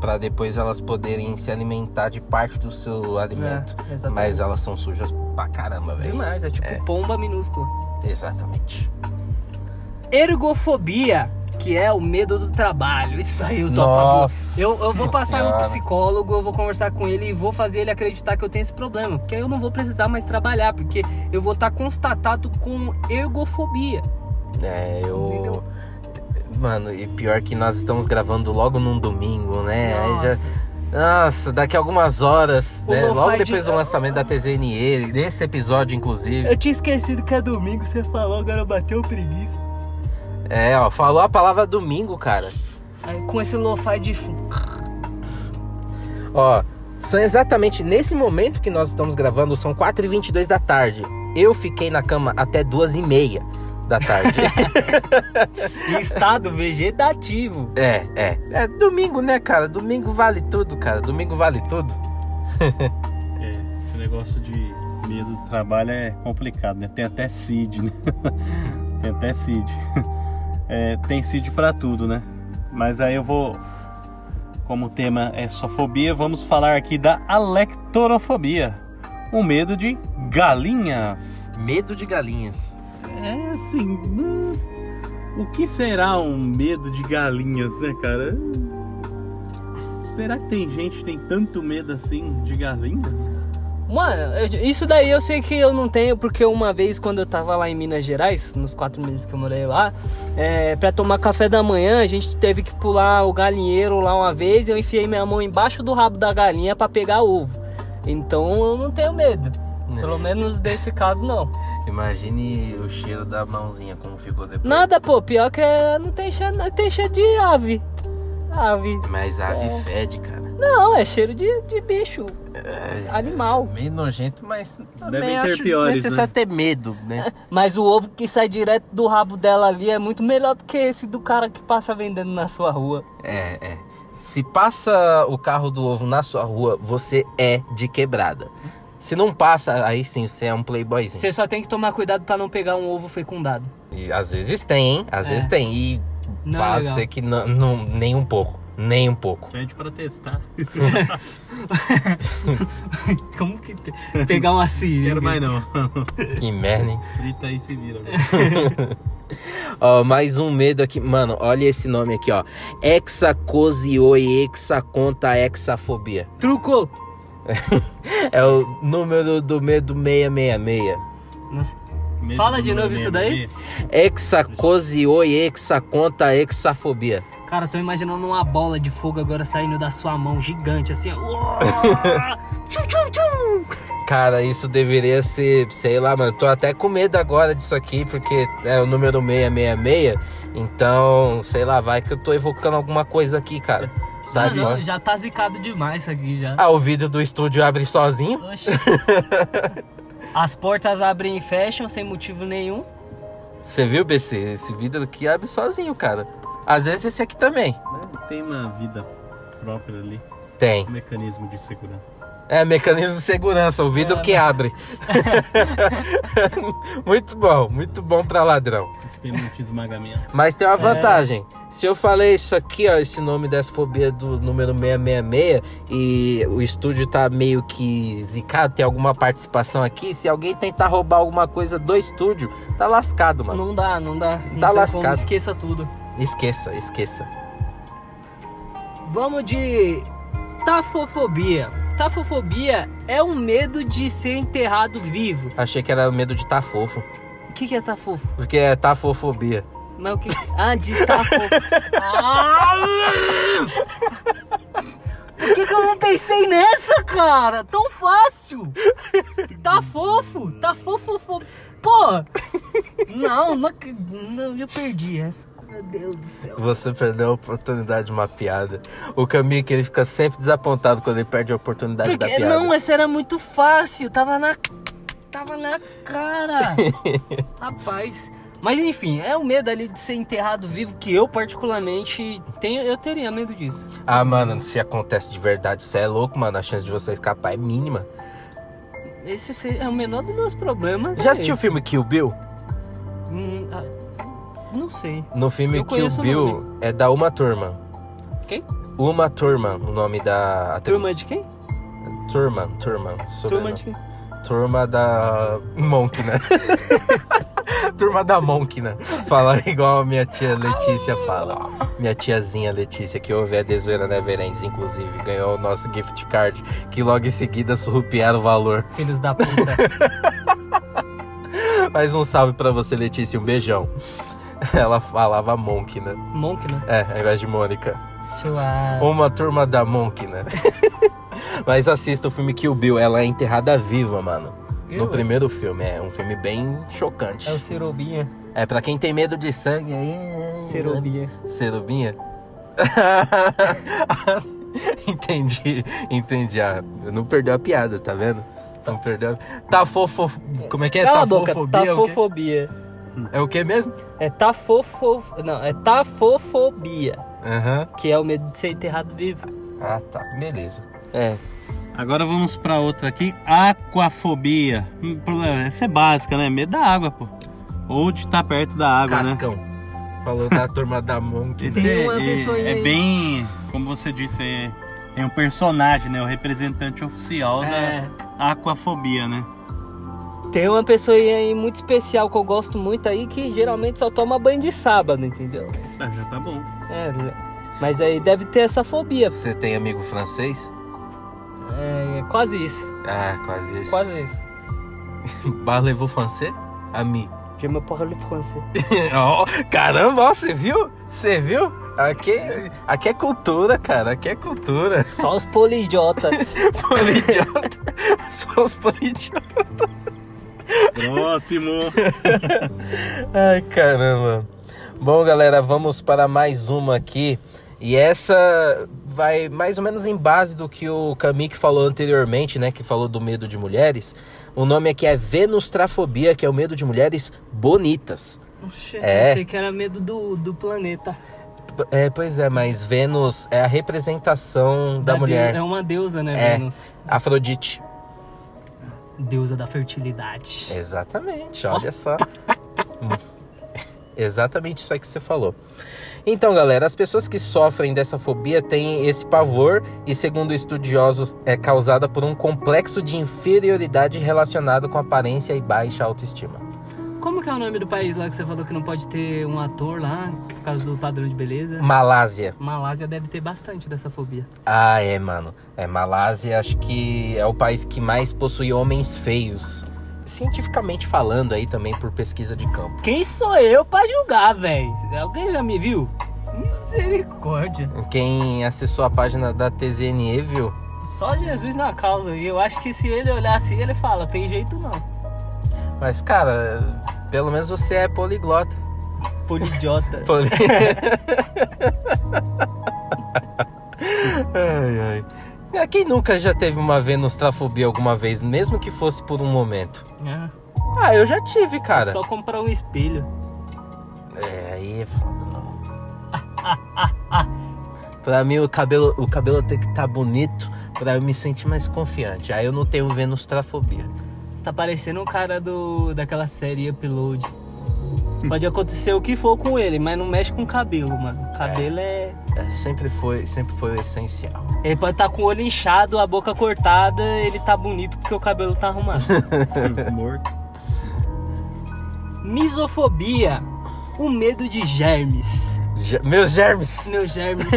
Speaker 2: Pra depois elas poderem se alimentar de parte do seu alimento.
Speaker 3: É, exatamente.
Speaker 2: Mas elas são sujas pra caramba, velho.
Speaker 3: Demais, é tipo
Speaker 2: É.
Speaker 3: pomba minúscula.
Speaker 2: Exatamente.
Speaker 3: Ergofobia, que é o medo do trabalho. Isso aí eu topo.
Speaker 2: Nossa
Speaker 3: Eu, eu vou passar no
Speaker 2: Senhora.
Speaker 3: psicólogo, eu vou conversar com ele e vou fazer ele acreditar que eu tenho esse problema. Porque aí eu não vou precisar mais trabalhar, porque eu vou estar constatado com ergofobia.
Speaker 2: É,
Speaker 3: Entendeu?
Speaker 2: eu. Mano, e pior que nós estamos gravando logo num domingo, né? Aí já-
Speaker 3: Nossa.
Speaker 2: Nossa, daqui a algumas horas,
Speaker 3: O
Speaker 2: né?
Speaker 3: lo-fi
Speaker 2: Logo
Speaker 3: de-
Speaker 2: depois do lançamento da TZNE, desse episódio, inclusive.
Speaker 3: Eu tinha esquecido que é domingo, você falou, agora bateu preguiça.
Speaker 2: É, ó, falou a palavra domingo, cara.
Speaker 3: Aí, com esse lo-fi de fundo.
Speaker 2: Ó, são exatamente nesse momento que nós estamos gravando, são 4h22 da tarde. Eu fiquei na cama até 2h30 da tarde.
Speaker 3: Em estado vegetativo.
Speaker 2: é, é. É domingo, né, cara? Domingo vale tudo, cara. Domingo vale tudo.
Speaker 4: É, esse negócio de medo do trabalho é complicado, né? Tem até CID, né? tem até CID. É, tem CID pra tudo, né? Mas aí eu vou. Como o tema é só fobia, vamos falar aqui da alectorofobia. O medo de galinhas.
Speaker 2: Medo de galinhas.
Speaker 4: É assim. hum, O que será um medo de galinhas, né, cara? Será que tem gente que tem tanto medo assim de galinha?
Speaker 3: Mano, eu- isso daí eu sei que eu não tenho, porque uma vez quando eu tava lá em Minas Gerais, nos quatro meses que eu morei lá, é, pra tomar café da manhã, a gente teve que pular o galinheiro lá uma vez e eu enfiei minha mão embaixo do rabo da galinha pra pegar ovo. Então eu não tenho medo. Pelo menos desse caso não.
Speaker 2: Imagine o cheiro da mãozinha como ficou depois.
Speaker 3: Nada, pô, pior que é- não tem cheiro, não, tem cheiro de ave. Ave.
Speaker 2: Mas a ave fede, cara.
Speaker 3: Não, é cheiro de, de bicho, animal.
Speaker 2: Meio nojento, mas também
Speaker 4: Devem ter
Speaker 2: acho
Speaker 4: piores,
Speaker 2: desnecessário
Speaker 4: né?
Speaker 2: ter medo, né?
Speaker 3: Mas o ovo que sai direto do rabo dela ali é muito melhor do que esse do cara que passa vendendo na sua rua.
Speaker 2: é, é. Se passa o carro do ovo na sua rua, você é de quebrada. Se não passa, aí sim, você é um playboyzinho.
Speaker 3: Você só tem que tomar cuidado pra não pegar um ovo fecundado.
Speaker 2: E às vezes tem, hein? Às
Speaker 3: É.
Speaker 2: vezes tem. E
Speaker 3: Não é
Speaker 2: fala pra
Speaker 3: legal.
Speaker 2: você que não, não- nem um pouco. Nem um pouco.
Speaker 4: Pede pra testar.
Speaker 3: Como que te- pegar uma seringa?
Speaker 4: Quero mais não.
Speaker 2: Que merda, hein?
Speaker 4: Frita aí se vira.
Speaker 2: Ó, mais um medo aqui. Mano, olha esse nome aqui, ó. Hexacosioi, hexaconta, hexafobia.
Speaker 3: Truco!
Speaker 2: É o número do medo 666.
Speaker 3: Nossa, Fala de novo isso daí?
Speaker 2: Hexacosioi, hexaconta, hexafobia.
Speaker 3: cara, tô imaginando uma bola de fogo agora saindo da sua mão gigante, assim, ó. Tchum, tchum, tchum.
Speaker 2: Cara, isso deveria ser, sei lá, mano. Tô até com medo agora disso aqui, porque é o número 666. Então, sei lá, vai que eu tô evocando alguma coisa aqui, cara. Sai
Speaker 3: Mano,
Speaker 2: fora.
Speaker 3: já tá zicado demais isso aqui já.
Speaker 2: Ah, o vidro do estúdio abre sozinho?
Speaker 3: Oxi. As portas abrem e fecham sem motivo nenhum.
Speaker 2: Você viu, BC? Esse vidro aqui abre sozinho, cara. Às vezes esse aqui também.
Speaker 4: Tem uma vida própria ali,
Speaker 2: Tem.
Speaker 4: um mecanismo de segurança.
Speaker 2: É, mecanismo de segurança, o vidro que abre. muito bom, muito bom pra ladrão.
Speaker 4: Sistema de esmagamento.
Speaker 2: Mas tem uma vantagem. Se eu falei isso aqui, ó, esse nome dessa fobia do número 666 e o estúdio tá meio que zicado, tem alguma participação aqui, se alguém tentar roubar alguma coisa do estúdio, tá lascado, mano.
Speaker 3: Não dá, não dá. Não
Speaker 2: Tá
Speaker 3: tem
Speaker 2: lascado.
Speaker 3: como, esqueça tudo.
Speaker 2: Esqueça, esqueça.
Speaker 3: Vamos de tafofobia. Tafofobia é um medo de ser enterrado vivo.
Speaker 2: Achei que era medo de tá fofo, tá
Speaker 3: O que, que é tafofo?
Speaker 2: porque é tafofobia.
Speaker 3: Mas o que. Ah, de tacou. Por que, que eu não pensei nessa, cara? Tão fácil! Tá fofo! Tá fofo, fofo. Pô! Não, não, ac- não, eu perdi essa. Meu Deus do céu.
Speaker 2: Você perdeu a oportunidade de uma piada. O Camille que ele fica sempre desapontado quando ele perde a oportunidade da
Speaker 3: Porque,
Speaker 2: piada.
Speaker 3: não, essa era muito fácil. Tava na. Tava na cara. Rapaz. Mas enfim, é o medo ali de ser enterrado vivo que eu particularmente tenho, eu teria medo disso.
Speaker 2: Ah, mano, se acontece de verdade, você é louco, mano. A chance de você escapar é mínima.
Speaker 3: Esse se- é o menor dos meus problemas.
Speaker 2: Já
Speaker 3: é
Speaker 2: assistiu o
Speaker 3: esse.
Speaker 2: filme Kill Bill?
Speaker 3: Hum, ah, não sei.
Speaker 2: No filme
Speaker 3: Eu
Speaker 2: Kill
Speaker 3: conheço o
Speaker 2: Bill é da Uma Turma.
Speaker 3: Quem?
Speaker 2: Uma Turma, o nome da atriz.
Speaker 3: Turma de quem?
Speaker 2: Turma, Turma.
Speaker 3: Turma
Speaker 2: sobrenome.
Speaker 3: de quem?
Speaker 2: Turma da Monk, né? Turma da Monk, né? Fala igual a minha tia Letícia fala. Minha tiazinha Letícia, que houve a Desoeira Neverends, inclusive, ganhou o nosso gift card, que logo em seguida surrupiaram o valor.
Speaker 3: Filhos da puta.
Speaker 2: Mais um salve pra você, Letícia, um beijão. Ela falava Monk, né?
Speaker 3: Monk, né?
Speaker 2: É, ao invés de Mônica.
Speaker 3: Sua.
Speaker 2: Uma turma da Monk, né? Mas assista o filme Kill Bill, ela é enterrada viva, mano.
Speaker 3: Eu?
Speaker 2: No primeiro filme, é um filme bem chocante.
Speaker 3: É o Cerobinha.
Speaker 2: É, pra quem tem medo de sangue aí. é-
Speaker 3: Cerobinha.
Speaker 2: Cerobinha? entendi, entendi. Ah, eu não perdeu a piada, tá vendo? Não perdeu. a- Tá fofo. Como é que é?
Speaker 3: Cala a boca,
Speaker 2: Tafofobia?
Speaker 3: tá
Speaker 2: é o quê?
Speaker 3: tafofobia.
Speaker 2: É o que mesmo?
Speaker 3: É tafofo... Não, é tafofobia,
Speaker 2: Aham.
Speaker 3: que é o medo de ser enterrado vivo.
Speaker 2: Ah, tá. Beleza. É.
Speaker 4: Agora vamos pra outra aqui, aquafobia. Hum, problema- Essa é básica, né? Medo da água, pô. Ou de estar perto da água, né?
Speaker 2: Cascão. Falou da turma da Monk.
Speaker 4: Esse
Speaker 3: Tem
Speaker 4: é,
Speaker 3: uma vez só
Speaker 4: é- é
Speaker 3: aí.
Speaker 4: bem, como você disse, é, tem um personagem, né? O representante oficial
Speaker 3: É.
Speaker 4: da aquafobia, né?
Speaker 3: Tem uma pessoa aí muito especial que eu gosto muito aí, que geralmente só toma banho de sábado, entendeu?
Speaker 4: Ah, já tá bom.
Speaker 3: É, né? mas aí deve ter essa fobia.
Speaker 2: Você tem amigo francês?
Speaker 3: É, é quase isso,
Speaker 2: Ah, quase isso.
Speaker 3: quase isso.
Speaker 2: Parlez-vous français? Ami.
Speaker 3: Je me parle français.
Speaker 2: Ó, caramba, ó, você viu? Você viu? Aqui, aqui é cultura, cara. Aqui é cultura.
Speaker 3: Só os polidiota.
Speaker 2: Polidiota. Só os polidiotas.
Speaker 4: Próximo.
Speaker 2: Ai, caramba. Bom, galera, vamos para mais uma aqui. E essa vai mais ou menos em base do que o Kamik falou anteriormente, né? Que falou do medo de mulheres. O nome aqui é Venustrafobia, que é o medo de mulheres bonitas.
Speaker 3: Oxe,
Speaker 2: É.
Speaker 3: Achei que era medo do, do planeta.
Speaker 2: É, pois é, mas Vênus é a representação da,
Speaker 3: deu-
Speaker 2: mulher.
Speaker 3: É uma deusa, né,
Speaker 2: É.
Speaker 3: Vênus?
Speaker 2: Afrodite.
Speaker 3: Deusa da fertilidade.
Speaker 2: É. Exatamente, olha só. Hum. Exatamente isso aí que você falou. Então, galera, as pessoas que sofrem dessa fobia têm esse pavor e, segundo estudiosos, é causada por um complexo de inferioridade relacionado com aparência e baixa autoestima.
Speaker 3: Como que é o nome do país lá que você falou que não pode ter um ator lá por causa do padrão de beleza?
Speaker 2: Malásia.
Speaker 3: Malásia deve ter bastante dessa fobia.
Speaker 2: Ah, é, mano. É, Malásia acho que é o país que mais possui homens feios. Cientificamente falando aí também por pesquisa de campo.
Speaker 3: Quem sou eu pra julgar, velho? Alguém já me viu? Misericórdia.
Speaker 2: Quem acessou a página da TZNE viu
Speaker 3: Só Jesus na causa. E eu acho que se ele olhar assim, ele fala: tem jeito não.
Speaker 2: Mas, cara, pelo menos você é poliglota.
Speaker 3: Polidiota.
Speaker 2: Poli... ai, ai. É, Quem nunca já teve uma venustrafobia alguma vez, mesmo que fosse por um momento?
Speaker 3: Ah,
Speaker 2: Ah, eu já tive, cara.
Speaker 3: Só comprar um espelho.
Speaker 2: É, aí é foda, não. pra mim, o cabelo, o cabelo tem que estar bonito pra eu me sentir mais confiante. Aí eu não tenho venustrafobia.
Speaker 3: Você tá parecendo um cara do daquela série Upload. Pode acontecer o que for com ele, mas não mexe com o cabelo, mano. O Cabelo é...
Speaker 2: É, sempre foi, sempre foi o essencial.
Speaker 3: Ele pode estar com o olho inchado, a boca cortada, ele tá bonito porque o cabelo tá arrumado.
Speaker 4: Morto.
Speaker 3: Misofobia, o medo de germes.
Speaker 2: Ge- Meus germes!
Speaker 3: Meu germes.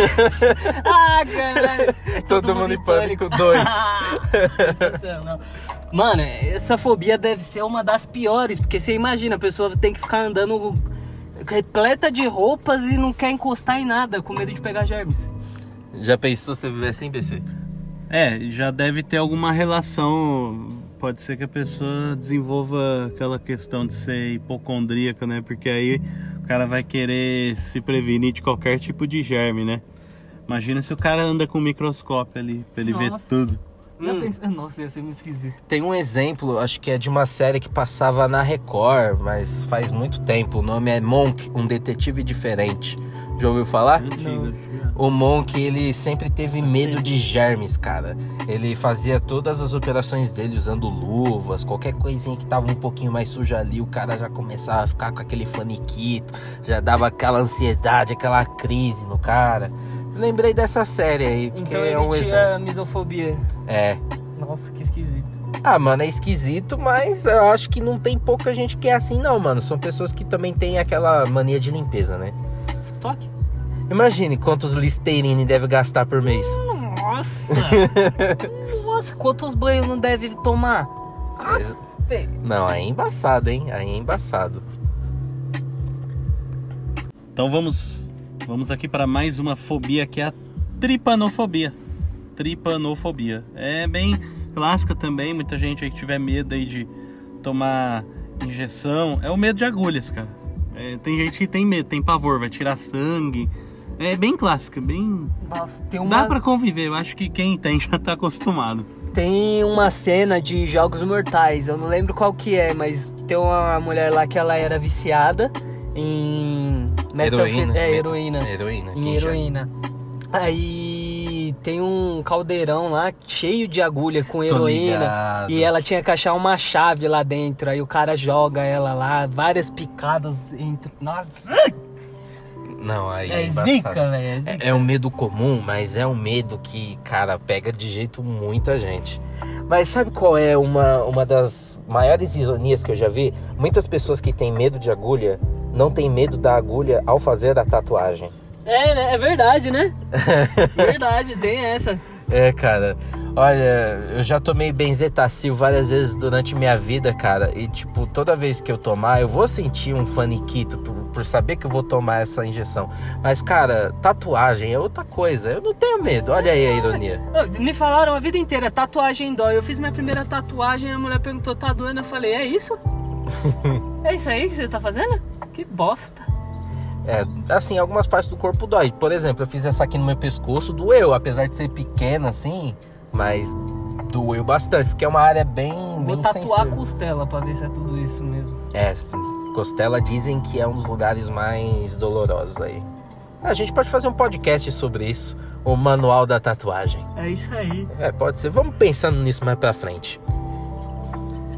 Speaker 3: ah, caralho. É
Speaker 2: Todo mundo em pânico, dois.
Speaker 3: Ah, Sensacional. Mano, essa fobia deve ser uma das piores, porque você imagina, a pessoa tem que ficar andando repleta de roupas e não quer encostar em nada, com medo de pegar germes.
Speaker 2: Já pensou se você viver assim, PC?
Speaker 4: É, já deve ter alguma relação. Pode ser que a pessoa desenvolva aquela questão de ser hipocondríaca, né? Porque aí o cara vai querer se prevenir de qualquer tipo de germe, né? Imagina se o cara anda com um microscópio ali pra ele ver
Speaker 3: Nossa.
Speaker 4: tudo.
Speaker 3: Já
Speaker 2: Hum.
Speaker 3: pensei- Nossa, ia ser muito esquisito.
Speaker 2: Tem um exemplo, acho que é de uma série que passava na Record, mas faz muito tempo. O nome é Monk, um detetive diferente. Já ouviu falar?
Speaker 4: Antiga, antiga.
Speaker 2: O Monk, ele sempre teve medo de germes, cara. Ele fazia todas as operações dele usando luvas, qualquer coisinha que tava um pouquinho mais suja ali, o cara já começava a ficar com aquele faniquito, já dava aquela ansiedade, aquela crise no cara. Lembrei dessa série aí, porque
Speaker 3: Então
Speaker 2: é um
Speaker 3: ele
Speaker 2: exemplo.
Speaker 3: tinha misofobia.
Speaker 2: É.
Speaker 3: Nossa, que esquisito.
Speaker 2: Ah, mano, é esquisito, mas eu acho que não tem pouca gente que é assim, não, mano. São pessoas que também têm aquela mania de limpeza, né?
Speaker 3: Toque?
Speaker 2: Imagine quantos Listerine deve gastar por mês.
Speaker 3: Nossa! Nossa, quantos banhos não deve tomar? Ah, fe-
Speaker 2: Não, aí é embaçado, hein? Aí é embaçado.
Speaker 4: Então vamos, vamos aqui para mais uma fobia que é a tripanofobia. Tripanofobia. É bem clássica também, muita gente aí que tiver medo aí de tomar injeção. É o medo de agulhas, cara. É, tem gente que tem medo, tem pavor, vai tirar sangue. É bem clássica, bem.
Speaker 3: Nossa, tem
Speaker 4: Dá
Speaker 3: uma,
Speaker 4: pra conviver, eu acho que quem tem já tá acostumado.
Speaker 3: tem uma cena de Jogos Mortais, eu não lembro qual que é, mas tem uma mulher lá que ela era viciada em... metanfet-
Speaker 2: né?
Speaker 3: É, heroína.
Speaker 2: Heroína.
Speaker 3: Em
Speaker 2: quem já-
Speaker 3: heroína. Aí tem um caldeirão lá cheio de agulha com heroína.
Speaker 2: ligado.
Speaker 3: E é ela tinha que achar uma chave lá dentro. Aí o cara joga ela lá, várias picadas entre. Nossa!
Speaker 2: Não, aí é,
Speaker 3: É
Speaker 2: embaçado.
Speaker 3: zica, velho. É zica.
Speaker 2: É, é um medo comum, mas é um medo que, cara, pega de jeito muita gente. Mas sabe qual é uma, uma das maiores ironias que eu já vi? Muitas pessoas que têm medo de agulha não têm medo da agulha ao fazer a tatuagem.
Speaker 3: É, né? É verdade, né? verdade, tem essa.
Speaker 2: É, cara. Olha, eu já tomei benzetacil várias vezes durante minha vida, cara. E, tipo, toda vez que eu tomar, eu vou sentir um faniquito por, por saber que eu vou tomar essa injeção. Mas, cara, tatuagem é outra coisa. Eu não tenho medo. Olha aí a ironia.
Speaker 3: Ô, Me falaram a vida inteira, tatuagem dói. Eu fiz minha primeira tatuagem, a mulher perguntou, tá doendo? Eu falei, é isso? é isso aí que você tá fazendo? Que bosta.
Speaker 2: É, assim, algumas partes do corpo dói. Por exemplo, eu fiz essa aqui no meu pescoço, doeu. Apesar de ser pequena, assim, mas doeu bastante. Porque é uma área bem,
Speaker 3: Vou
Speaker 2: bem
Speaker 3: tatuar a
Speaker 2: sensível.
Speaker 3: costela pra ver se é tudo isso mesmo.
Speaker 2: É, costela dizem que é um dos lugares mais dolorosos aí. A gente pode fazer um podcast sobre isso, o manual da tatuagem.
Speaker 3: É isso aí.
Speaker 2: É, pode ser. Vamos pensando nisso mais pra frente.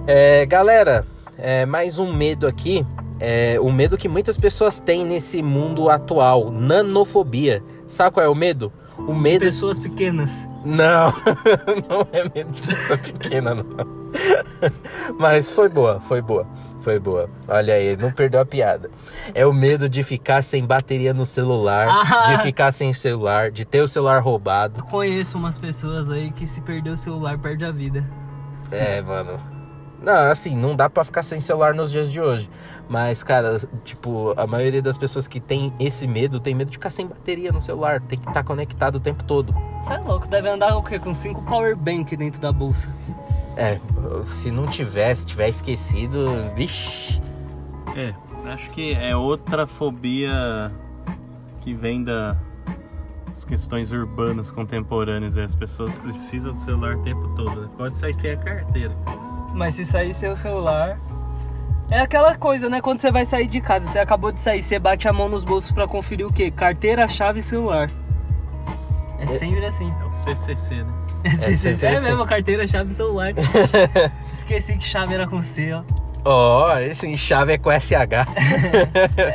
Speaker 2: É, galera, é, mais um medo aqui. É, o medo que muitas pessoas têm nesse mundo atual, nanofobia. Sabe qual é o medo? O medo
Speaker 3: Pessoas pequenas.
Speaker 2: não, não é medo de pessoa pequena, não. Mas foi boa, foi boa, foi boa. Olha aí, não perdeu a piada. É o medo de ficar sem bateria no celular,
Speaker 3: Ah!
Speaker 2: de ficar sem celular, de ter o celular roubado.
Speaker 3: Eu conheço umas pessoas aí que se perder o celular perde a vida.
Speaker 2: É, mano. Não, assim, não dá pra ficar sem celular nos dias de hoje. Mas, cara, tipo, a maioria das pessoas que tem esse medo tem medo de ficar sem bateria no celular, tem que estar conectado o tempo todo.
Speaker 3: Você é louco, deve andar o quê? Com cinco power bank dentro da bolsa.
Speaker 2: É, se não tiver, se tiver esquecido, vixi.
Speaker 4: É, acho que é outra fobia que vem da- das questões urbanas contemporâneas. né? As pessoas precisam do celular o tempo todo. né? Pode sair sem a carteira.
Speaker 3: Mas se sair sem o celular. É aquela coisa, né? Quando você vai sair de casa, você acabou de sair, você bate a mão nos bolsos pra conferir o quê? Carteira, chave e celular. É sempre assim.
Speaker 4: É o CCC, né?
Speaker 3: É,
Speaker 2: sempre assim.
Speaker 3: mesmo, carteira, chave e celular. Esqueci que chave era com C, ó.
Speaker 2: Ó, esse chave é com SH.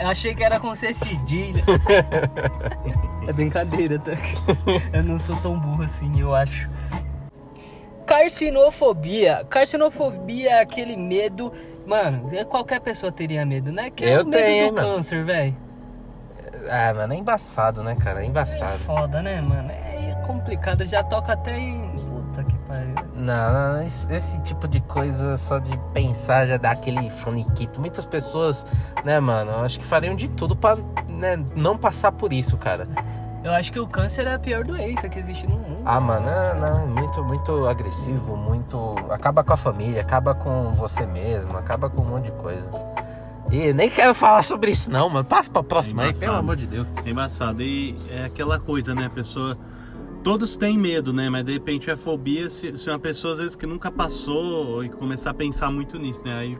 Speaker 3: Eu achei que era com C cedilha. é brincadeira, tá? Eu não sou tão burro assim, eu acho. Carcinofobia. Carcinofobia é aquele medo. Mano, é qualquer pessoa teria medo, né? Que é
Speaker 2: Eu
Speaker 3: o medo
Speaker 2: tenho,
Speaker 3: do
Speaker 2: mano.
Speaker 3: câncer, velho.
Speaker 2: Ah, mano, é embaçado, né, cara? É
Speaker 3: É
Speaker 2: embaçado.
Speaker 3: foda, né, mano? É complicado. Já toca até em. Puta que pariu.
Speaker 2: Não, isso- esse tipo de coisa só de pensar já dá aquele faniquito. Muitas pessoas, né, mano, acho que fariam de tudo pra né, não passar por isso, cara.
Speaker 3: Eu acho que o câncer é a pior doença que existe no mundo.
Speaker 2: Ah, mano, não, não, muito, muito agressivo, muito. Acaba com a família, acaba com você mesmo, acaba com um monte de coisa. E nem quero falar sobre isso, não, mano. Passa pra próxima aí,
Speaker 4: embaçado.
Speaker 2: pelo amor de Deus.
Speaker 4: É embaçado. E é aquela coisa, né? A pessoa. Todos têm medo, né? Mas de repente a fobia, se, se uma pessoa às vezes que nunca passou e começar a pensar muito nisso, né? Aí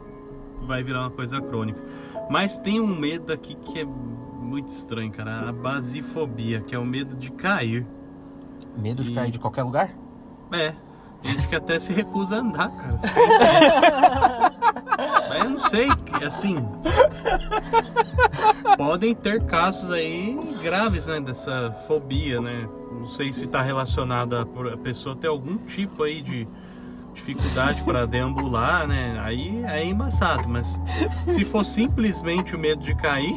Speaker 4: vai virar uma coisa crônica. Mas tem um medo aqui que é muito estranho, cara. A basifobia, que é o medo de cair.
Speaker 2: Medo de
Speaker 4: E-
Speaker 2: cair de qualquer lugar?
Speaker 4: É. Tem gente que até se recusa a andar, cara. Mas eu não sei, assim. Podem ter casos aí graves, né? Dessa fobia, né? Não sei se tá relacionada a por- a pessoa ter algum tipo aí de dificuldade para deambular, né? Aí aí é embaçado, mas se for simplesmente o medo de cair,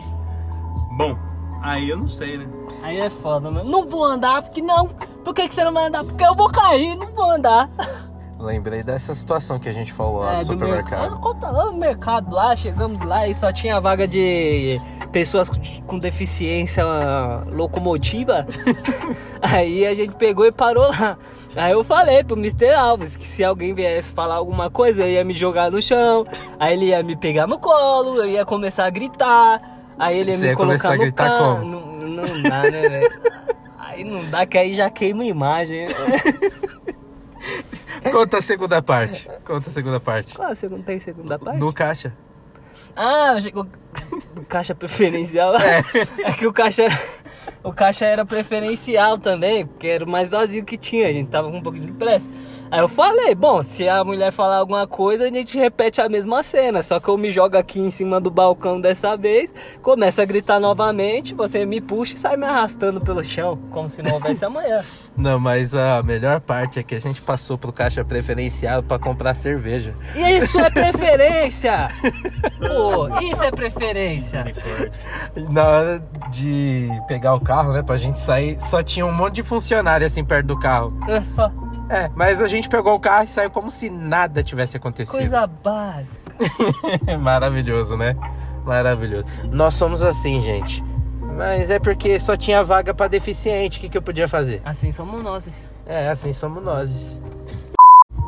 Speaker 4: bom, aí eu não sei, né?
Speaker 3: Aí é foda, mano. Não vou andar, porque não. Por que, que você não vai andar? Porque eu vou cair, não vou andar.
Speaker 2: Lembrei dessa situação que a gente falou lá no
Speaker 3: É, do mercado.
Speaker 2: supermercado.
Speaker 3: Conta lá no mercado lá, chegamos lá e só tinha vaga de pessoas com deficiência locomotiva. Aí a gente pegou e parou lá. Aí eu falei pro Mr. Alves que se alguém viesse falar alguma coisa, eu ia me jogar no chão, aí ele ia me pegar no colo, eu ia começar a gritar, aí ele ia
Speaker 2: Você
Speaker 3: me
Speaker 2: ia
Speaker 3: colocar
Speaker 2: começar a
Speaker 3: no
Speaker 2: gritar
Speaker 3: can-
Speaker 2: como?
Speaker 3: Não, não dá, né, velho? Aí não dá, que aí já queima a imagem.
Speaker 2: Conta a segunda parte. Conta a segunda parte.
Speaker 3: Claro, "Ah, você não tem segunda parte?
Speaker 2: Do caixa.
Speaker 3: Ah, chegou do caixa preferencial. É. que o caixa era, o caixa era preferencial também, porque era o mais vazio que tinha, a gente tava com um pouco de pressa. Aí eu falei, bom, se a mulher falar alguma coisa, a gente repete a mesma cena, só que eu me jogo aqui em cima do balcão dessa vez, começa a gritar novamente, você me puxa e sai me arrastando pelo chão, como se não houvesse amanhã.
Speaker 2: Não, mas a melhor parte é que a gente passou pro caixa preferencial pra comprar cerveja.
Speaker 3: Isso é preferência! Pô, isso é preferência!
Speaker 2: Na hora de pegar o carro, né, pra gente sair, só tinha um monte de funcionário assim perto do carro.
Speaker 3: É só
Speaker 2: É, mas a gente pegou o carro e saiu como se nada tivesse acontecido.
Speaker 3: coisa básica.
Speaker 2: Maravilhoso, né? Maravilhoso. Nós somos assim, gente. Mas é porque só tinha vaga pra deficiente, o que, que eu podia fazer?
Speaker 3: Assim somos nós.
Speaker 2: É, assim somos nós.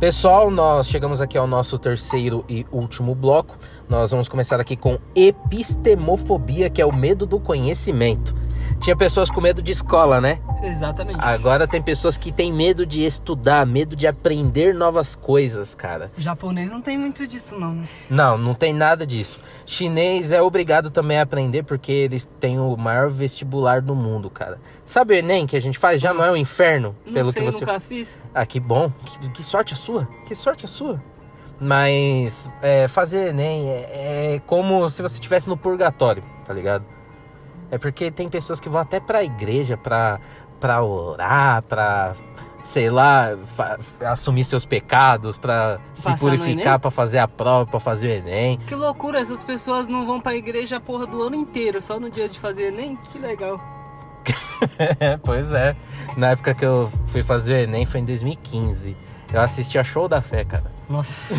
Speaker 2: Pessoal, nós chegamos aqui ao nosso terceiro e último bloco. Nós vamos começar aqui com epistemofobia, que é o medo do conhecimento. Tinha pessoas com medo de escola, né?
Speaker 3: Exatamente.
Speaker 2: Agora tem pessoas que têm medo de estudar, medo de aprender novas coisas, cara.
Speaker 3: O japonês não tem muito disso, não, né?
Speaker 2: Não, não tem nada disso. Chinês é obrigado também a aprender porque eles têm o maior vestibular do mundo, cara. Sabe o Enem que a gente faz? Já não é um inferno,
Speaker 3: Não
Speaker 2: pelo
Speaker 3: sei,
Speaker 2: que você
Speaker 3: nunca fiz.
Speaker 2: ah, que bom. Que, que sorte a sua. Que sorte a sua. Mas é, fazer Enem é, é como se você estivesse no purgatório, tá ligado? É porque tem pessoas que vão até pra igreja pra, pra orar, pra, sei lá, fa- assumir seus pecados, pra
Speaker 3: Passar
Speaker 2: se
Speaker 3: no
Speaker 2: purificar,
Speaker 3: Enem?
Speaker 2: pra fazer a prova, pra fazer o Enem.
Speaker 3: Que loucura, essas pessoas não vão pra igreja a porra do ano inteiro, só no dia de fazer Enem? Que legal.
Speaker 2: É, pois é. Na época que eu fui fazer o Enem foi em 2015. Eu assisti a Show da Fé, cara.
Speaker 3: Nossa.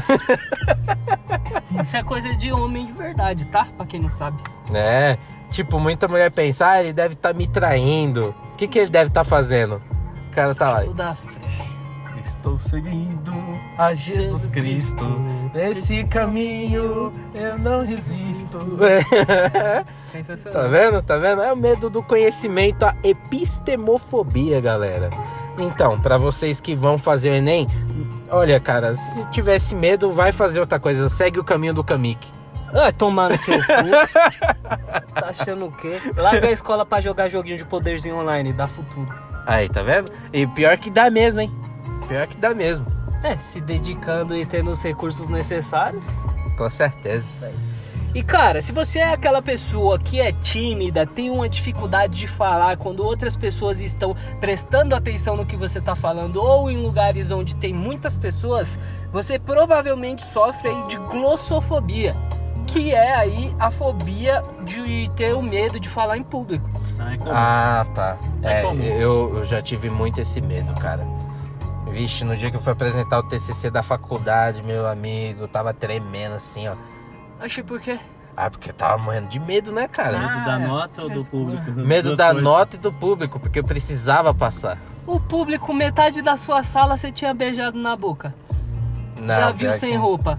Speaker 3: Isso é coisa de homem de verdade, tá? Pra quem não sabe.
Speaker 2: né? Tipo, muita mulher pensa, ah, ele deve estar me traindo. O que, que ele deve estar fazendo? O cara tá lá.
Speaker 3: O da fé.
Speaker 2: Estou seguindo a
Speaker 3: Jesus Cristo.
Speaker 2: Nesse caminho eu não resisto. tá
Speaker 3: Sensacional.
Speaker 2: vendo? Tá vendo? É o medo do conhecimento, a epistemofobia, galera. Então, pra vocês que vão fazer o Enem, olha, cara, se tivesse medo, vai fazer outra coisa. Segue o caminho do Kamik.
Speaker 3: Ah, tomar no seu cu. tá achando o quê? Larga a escola pra jogar joguinho de poderzinho online, dá futuro.
Speaker 2: Aí, tá vendo? E pior que dá mesmo, hein? Pior que dá mesmo.
Speaker 3: É, se dedicando e tendo os recursos necessários.
Speaker 2: Com certeza.
Speaker 3: E cara, se você é aquela pessoa que é tímida, tem uma dificuldade de falar quando outras pessoas estão prestando atenção no que você está falando ou em lugares onde tem muitas pessoas, você provavelmente sofre aí de glossofobia, que é aí a fobia de ter o medo de falar em público.
Speaker 4: Tá? É comum.
Speaker 2: Ah, tá. É,
Speaker 4: É comum.
Speaker 2: eu, eu já tive muito esse medo, cara. Vixe, no dia que eu fui apresentar o TCC da faculdade, meu amigo, eu tava tremendo assim, ó.
Speaker 3: Achei por quê?
Speaker 2: Ah, porque eu tava morrendo de medo, né, cara?
Speaker 4: Medo
Speaker 3: Ah,
Speaker 4: da
Speaker 3: é.
Speaker 4: nota ou do
Speaker 3: Frescura.
Speaker 4: público? Das
Speaker 2: Medo
Speaker 4: duas
Speaker 2: da
Speaker 4: coisas.
Speaker 2: nota e do público, porque eu precisava passar.
Speaker 3: O público, metade da sua sala você tinha beijado na boca.
Speaker 2: Não,
Speaker 3: Já
Speaker 2: pior
Speaker 3: viu sem
Speaker 2: que-
Speaker 3: roupa.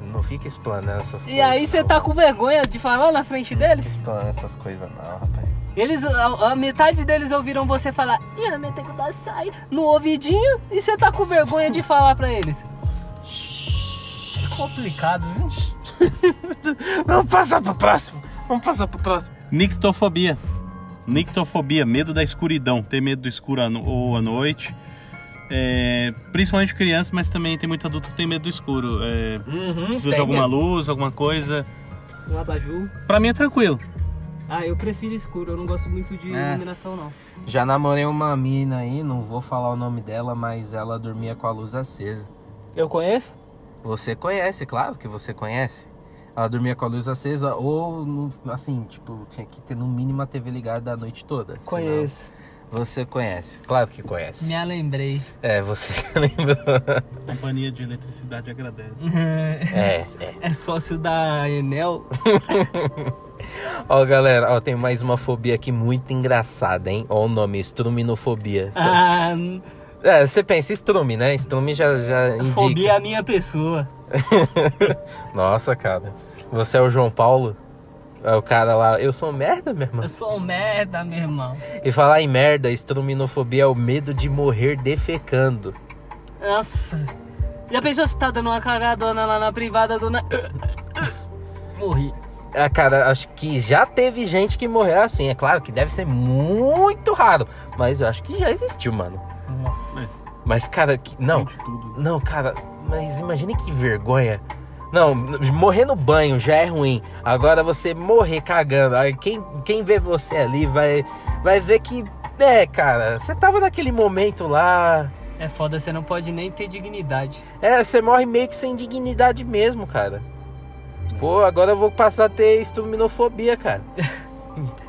Speaker 2: Não fica explanando essas coisas.
Speaker 3: E aí você tá
Speaker 2: não.
Speaker 3: com vergonha de falar na frente
Speaker 2: Não fica
Speaker 3: deles?
Speaker 2: explanando essas coisas, não, rapaz.
Speaker 3: Eles, a, a metade deles ouviram você falar "Yamete kudasai" no ouvidinho e você tá com vergonha de falar pra eles. É Complicado, viu?
Speaker 2: Vamos passar pro próximo. Vamos passar pro próximo.
Speaker 4: Nictofobia. Nictofobia, medo da escuridão. Ter medo do escuro à no- ou à noite. É, principalmente criança, mas também tem muito adulto que tem medo do escuro. É,
Speaker 3: Uhum,
Speaker 4: precisa de alguma luz, alguma coisa.
Speaker 3: Um abajur.
Speaker 4: Pra mim é tranquilo.
Speaker 3: Ah, eu prefiro escuro, eu não gosto muito de
Speaker 2: É.
Speaker 3: iluminação, não.
Speaker 2: Já namorei uma mina aí, não vou falar o nome dela, mas ela dormia com a luz acesa.
Speaker 3: Eu conheço?
Speaker 2: Você conhece, claro que você conhece. Ela dormia com a luz acesa ou, no- assim, tipo, tinha que ter no mínimo a TV ligada a noite toda. senão-
Speaker 3: Conheço.
Speaker 2: Você conhece, claro que conhece.
Speaker 3: Me lembrei.
Speaker 2: É, você se lembrou.
Speaker 4: Companhia de eletricidade agradece.
Speaker 3: Uhum.
Speaker 2: é, é.
Speaker 3: É sócio da Enel.
Speaker 2: Ó, galera, ó, tem mais uma fobia aqui muito engraçada, hein? Ó o nome, estruminofobia. Cê-
Speaker 3: Ah,
Speaker 2: É, você pensa, estrume, né? Estrume já, já indica.
Speaker 3: fobia a minha pessoa.
Speaker 2: Nossa, cara. Você é o João Paulo? É o cara lá, eu sou merda, meu irmão.
Speaker 3: Eu sou um merda, meu irmão.
Speaker 2: E falar em merda, estruminofobia é o medo de morrer defecando.
Speaker 3: Nossa. Já pensou se tá dando uma cagadona lá na privada do. Na... Morri.
Speaker 2: Ah, cara, acho que já teve gente que morreu assim. É claro que deve ser muito raro, mas eu acho que já existiu, mano.
Speaker 3: Nossa.
Speaker 2: Mas, cara, que- não,
Speaker 4: Tem de tudo.
Speaker 2: não, cara, mas imagine que vergonha. Não, morrer no banho já é ruim. Agora você morrer cagando, aí quem, quem vê você ali vai, vai ver que, é, cara, você tava naquele momento lá.
Speaker 3: É foda, você não pode nem ter dignidade.
Speaker 2: É, você morre meio que sem dignidade mesmo, cara. Pô, agora eu vou passar a ter estuminofobia, cara.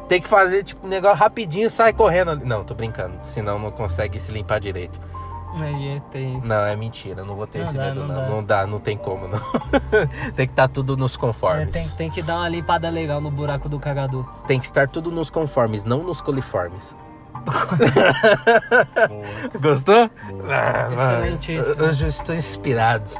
Speaker 2: Tem que fazer, tipo, um negócio rapidinho, sai correndo ali. Não, tô brincando. Senão não consegue se limpar direito.
Speaker 3: Aí é tenso.
Speaker 2: Não, é mentira. Não vou ter
Speaker 3: Não
Speaker 2: esse
Speaker 3: dá,
Speaker 2: medo,
Speaker 3: não
Speaker 2: não.
Speaker 3: dá.
Speaker 2: Não dá, não tem como, não. tem que estar tudo nos
Speaker 3: É,
Speaker 2: conformes.
Speaker 3: tem,
Speaker 2: tem...
Speaker 3: tem que dar uma limpada legal no buraco do cagador.
Speaker 2: que estar tudo nos conformes, não nos coliformes.
Speaker 4: Boa.
Speaker 2: Gostou? Ah, mano,
Speaker 3: Excelentíssimo.
Speaker 2: Hoje eu estou inspirado.
Speaker 4: né?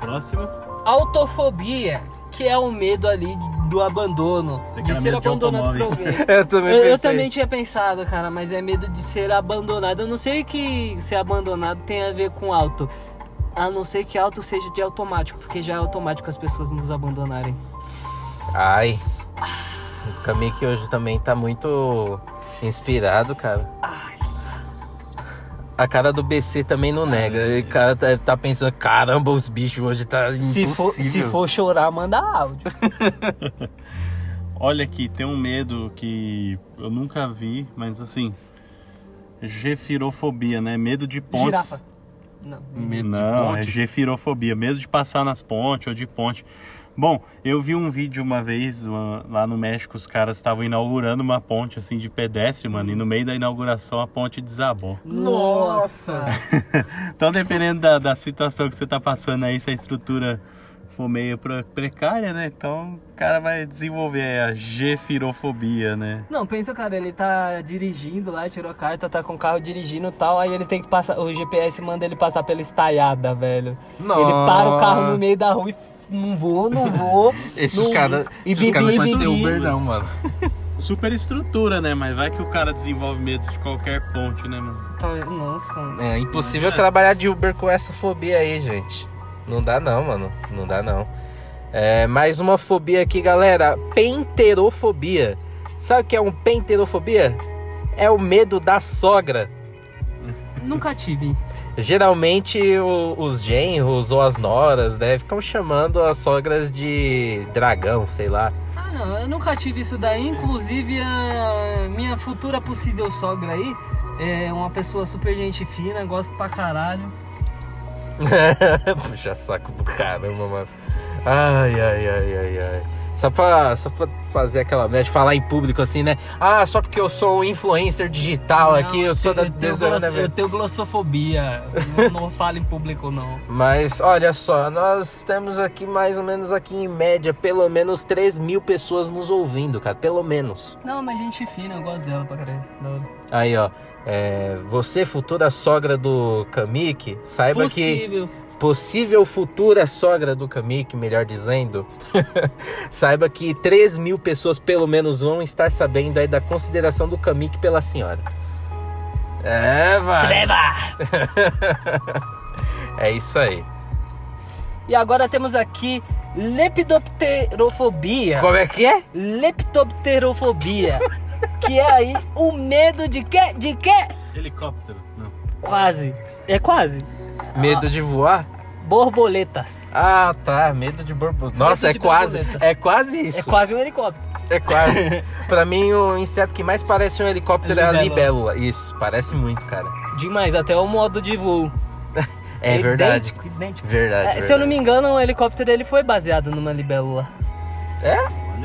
Speaker 4: Próximo.
Speaker 3: Autofobia, que é o medo ali do abandono.
Speaker 4: Você
Speaker 3: de
Speaker 4: quer
Speaker 3: ser
Speaker 4: medo de
Speaker 3: abandonado por
Speaker 4: automóveis.
Speaker 3: alguém.
Speaker 2: Eu também
Speaker 3: Eu, eu
Speaker 2: pensei.
Speaker 3: também tinha pensado, cara, mas é medo de ser abandonado. Eu não sei que ser abandonado tem a ver com alto. A não ser que alto seja de automático, porque já é automático as pessoas nos abandonarem.
Speaker 2: Ai. O Kamiki hoje também tá muito inspirado, cara. A cara do BC também não nega. O cara tá, tá pensando, caramba, os bichos hoje tá
Speaker 3: Se
Speaker 2: impossível.
Speaker 3: for, se for chorar, manda áudio.
Speaker 4: Olha aqui, tem um medo que eu nunca vi, mas assim. Gefirofobia, né? Medo de pontes.
Speaker 3: Girafa. Não.
Speaker 2: Medo de
Speaker 4: não,
Speaker 2: pontes.
Speaker 4: é gefirofobia, medo de passar nas pontes ou de ponte. Bom, eu vi um vídeo uma vez uma- lá no México, os caras estavam inaugurando uma ponte assim de pedestre, mano, e no meio da inauguração a ponte desabou.
Speaker 3: Nossa!
Speaker 4: Então, dependendo da, da situação que você tá passando aí, se a estrutura for meio pre- precária, né? Então, o cara vai desenvolver a gefirofobia, né?
Speaker 3: Não, pensa, cara, ele tá dirigindo lá, tirou a carta, tá com o carro dirigindo e tal, aí ele tem que passar. O GPS manda ele passar pela estaiada, velho.
Speaker 2: Nossa.
Speaker 3: Ele para o carro no meio da rua e f- não vou, não vou.
Speaker 2: Esses
Speaker 3: não-
Speaker 2: caras
Speaker 3: e
Speaker 2: esses cara não
Speaker 3: bibi,
Speaker 2: podem ser
Speaker 3: bibi.
Speaker 2: Uber, não, mano.
Speaker 4: Super estrutura, né? Mas vai que o cara desenvolve medo de qualquer ponte, né, mano?
Speaker 3: Tá, Nossa.
Speaker 2: É impossível trabalhar de Uber com essa fobia aí, gente. Não dá não, mano. Não dá não. É, mais uma fobia aqui, galera. Penterofobia. Sabe o que é um penterofobia? É o medo da sogra.
Speaker 3: Nunca tive.
Speaker 2: Geralmente o- os genros ou as noras, né, ficam chamando as sogras de dragão, sei lá.
Speaker 3: Ah, não, eu nunca tive isso daí. Inclusive, a minha futura possível sogra aí é uma pessoa super gente fina, gosto pra caralho.
Speaker 2: Puxa saco do caramba, mano. Ai, ai, ai, ai, ai. Só pra, só pra fazer aquela média, falar em público assim, né? Ah, só porque eu sou influencer
Speaker 3: Ah,
Speaker 2: digital
Speaker 3: é
Speaker 2: aqui, eu sou da
Speaker 3: tenho,
Speaker 2: Desona.
Speaker 3: eu tenho glossofobia. Eu não falo em público, não.
Speaker 2: Mas olha só, nós temos aqui mais ou menos aqui em média, pelo menos 3 mil pessoas nos ouvindo, cara. Pelo menos.
Speaker 3: Não, mas gente fina, eu gosto dela pra caralho. Da hora.
Speaker 2: Aí, ó. é, você, futura sogra do Kamik, saiba que.
Speaker 3: Possível.
Speaker 2: possível futura sogra do Kamik, melhor dizendo, saiba que 3 mil pessoas pelo menos vão estar sabendo aí da consideração do Kamik pela senhora. É, vai.
Speaker 3: Treva!
Speaker 2: É isso aí.
Speaker 3: E agora temos aqui lepidopterofobia.
Speaker 2: Como é que é?
Speaker 3: Lepidopterofobia. que é aí o medo de quê? De quê?
Speaker 4: Helicóptero. Não.
Speaker 3: Quase. É quase.
Speaker 2: Medo de voar?
Speaker 3: Borboletas.
Speaker 2: Ah, tá. Medo de borboleta. Nossa, é
Speaker 3: Medo de
Speaker 2: quase.
Speaker 3: borboletas.
Speaker 2: É quase isso.
Speaker 3: É quase um helicóptero.
Speaker 2: É quase. pra mim, o inseto que mais parece um helicóptero é a
Speaker 3: Libélula.
Speaker 2: libélula. Isso, parece muito, cara.
Speaker 3: Demais, até o modo de voo.
Speaker 2: É verdade.
Speaker 3: Idêntico, idêntico.
Speaker 2: Verdade.
Speaker 3: É, se eu não
Speaker 2: verdade.
Speaker 3: me engano, o helicóptero ele foi baseado numa libélula.
Speaker 4: Olha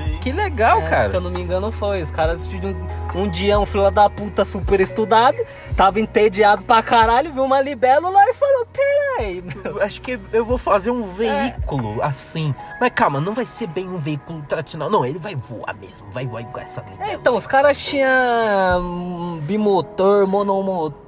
Speaker 4: aí.
Speaker 2: É? Que legal,
Speaker 3: É,
Speaker 2: cara.
Speaker 3: Se eu não me engano, foi. Os caras, filho, um dia, um filho da puta super estudado, tava entediado pra caralho, viu uma libélula e falou: Peraí, meu.
Speaker 2: Eu Acho que eu vou fazer um veículo assim. Mas calma, não vai ser bem um veículo tradicional. Não, ele vai voar mesmo. Vai voar igual essa
Speaker 3: É,
Speaker 2: libélula.
Speaker 3: Então, os caras tinham hum, bimotor, monomotor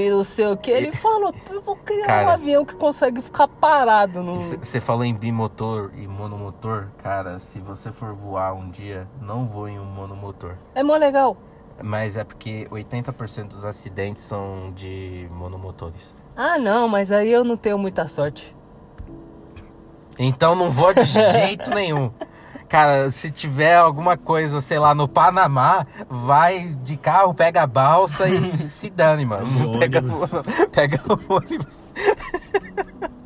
Speaker 3: e não sei o que. Ele falou: "Pô, Eu vou criar um
Speaker 2: Cara.
Speaker 3: avião que consegue ficar parado no.
Speaker 2: Você falou em bimotor e monomotor. Cara, se você for voar um dia, não voe em um monomotor.
Speaker 3: É mó legal.
Speaker 2: Mas é porque 80% dos acidentes são de monomotores.
Speaker 3: Ah, não, mas aí eu não tenho muita sorte.
Speaker 2: Então não vou de jeito nenhum. Cara, se tiver alguma coisa, sei lá, no Panamá, vai de carro, pega a balsa e se dane, mano. Não
Speaker 4: O
Speaker 2: pega,
Speaker 4: ônibus.
Speaker 2: o- pega o ônibus.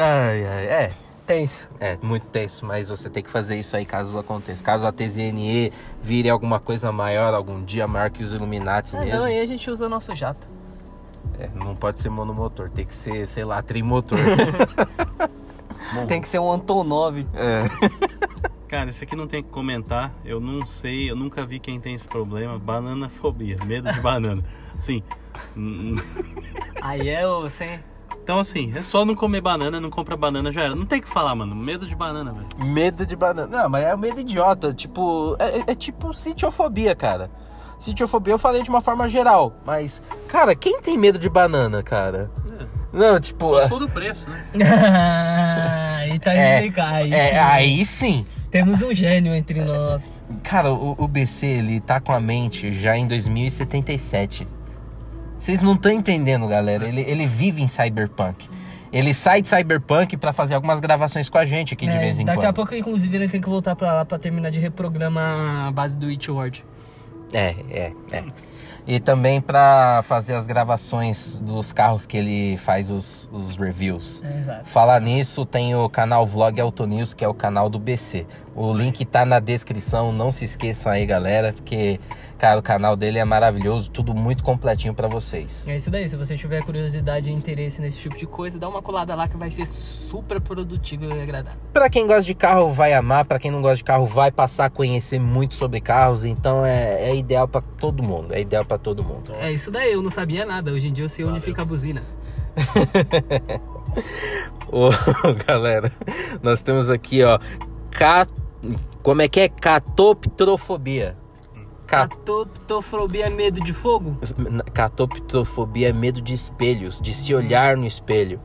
Speaker 2: ai, ai, é.
Speaker 3: Tenso.
Speaker 2: É, muito tenso, mas você tem que fazer isso aí caso aconteça. Caso a TZNE vire alguma coisa maior algum dia, maior que os Illuminati
Speaker 3: Ah,
Speaker 2: mesmo.
Speaker 3: não, aí a gente usa nosso jato.
Speaker 2: É, não pode ser monomotor, tem que ser, sei lá, trimotor.
Speaker 4: Bom,
Speaker 3: Tem que ser um Antonov.
Speaker 4: Cara, isso aqui não tem que comentar. Eu não sei, eu nunca vi quem tem esse problema. Bananafobia, medo de banana. Sim. Hum,
Speaker 3: Aí é o sem.
Speaker 4: Então assim, é só não comer banana, não compra banana, já era. Não tem o que falar, mano. Medo de banana, velho.
Speaker 2: Medo de banana. Não, mas é um medo idiota. Tipo, é, é- é tipo sitiofobia, cara. Sitiofobia eu falei de uma forma geral. Mas, cara, quem tem medo de banana, cara?
Speaker 4: É.
Speaker 2: Não, tipo.
Speaker 4: Só se
Speaker 2: é-
Speaker 4: for do preço, né?
Speaker 3: aí tá
Speaker 2: É,
Speaker 3: explicado. Aí,
Speaker 2: É,
Speaker 3: sim.
Speaker 2: aí sim.
Speaker 3: Temos um gênio entre nós.
Speaker 2: Cara, o, o BC, ele tá com a mente já em 2077. Vocês não estão entendendo, galera. Ele, ele vive em cyberpunk. Ele sai de cyberpunk pra fazer algumas gravações com a gente aqui de
Speaker 3: É,
Speaker 2: vez em
Speaker 3: daqui
Speaker 2: quando.
Speaker 3: a pouco, inclusive, ele tem que voltar pra lá pra terminar de reprogramar a base do It Word.
Speaker 2: É, é, é. E também pra fazer as gravações dos carros que ele faz os, os reviews.
Speaker 3: É, exato.
Speaker 2: Falar nisso, tem o canal Vlog Auto News, que é o canal do BC. O link tá na descrição, não se esqueçam aí, galera, porque, cara, o canal dele é maravilhoso, tudo muito completinho pra vocês.
Speaker 3: É isso daí. Se você tiver curiosidade e interesse nesse tipo de coisa, dá uma colada lá que vai ser super produtivo e agradável.
Speaker 2: Pra quem gosta de carro, vai amar, pra quem não gosta de carro, vai passar a conhecer muito sobre carros, então é, é ideal pra todo mundo, é ideal pra todo mundo.
Speaker 3: É isso daí. Eu não sabia nada. Hoje em dia eu sei onde fica a buzina.
Speaker 2: Ô, galera, nós temos aqui, ó. Ca... Como é que é? Catoptrofobia. Ca...
Speaker 3: Catoptofobia é medo de fogo?
Speaker 2: Catoptrofobia é medo de espelhos, de se olhar no espelho.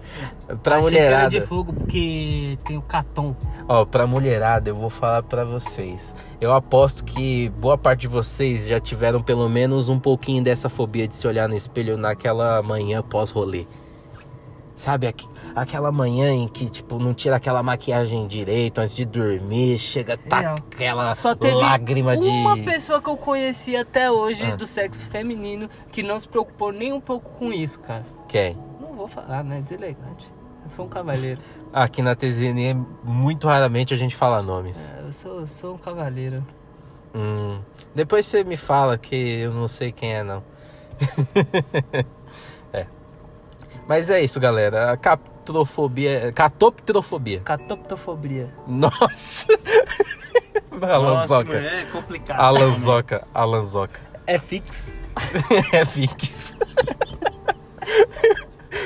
Speaker 2: Pra
Speaker 3: Achei que era
Speaker 2: mulherada,
Speaker 3: de fogo porque tem o catom.
Speaker 2: ó, pra mulherada, eu vou falar pra vocês. Eu aposto que boa parte de vocês já tiveram pelo menos um pouquinho dessa fobia de se olhar no espelho naquela manhã pós-rolê. Sabe, aqu- aquela manhã em que, tipo, não tira aquela maquiagem direito antes de dormir, chega, tá
Speaker 3: Real.
Speaker 2: aquela
Speaker 3: Só teve
Speaker 2: lágrima de...
Speaker 3: uma pessoa que eu conheci até hoje
Speaker 2: Ah.
Speaker 3: do sexo feminino que não se preocupou nem um pouco com isso, cara.
Speaker 2: Quem?
Speaker 3: Não vou falar, né? Deselegante. Eu sou um cavaleiro.
Speaker 2: Aqui na TZN, muito raramente a gente fala nomes.
Speaker 3: É, Eu sou, eu sou um cavaleiro.
Speaker 2: Hum, depois você me fala que eu não sei quem é, não. é. Mas é isso, galera. A cap- claustrofobia. Catoptrofobia.
Speaker 3: Catoptofobia.
Speaker 2: Nossa! Alan
Speaker 4: Nossa,
Speaker 2: Zoca.
Speaker 4: mulher, é complicado.
Speaker 2: Alan Zoca. Alan Zoca.
Speaker 3: É fix.
Speaker 2: É Fix.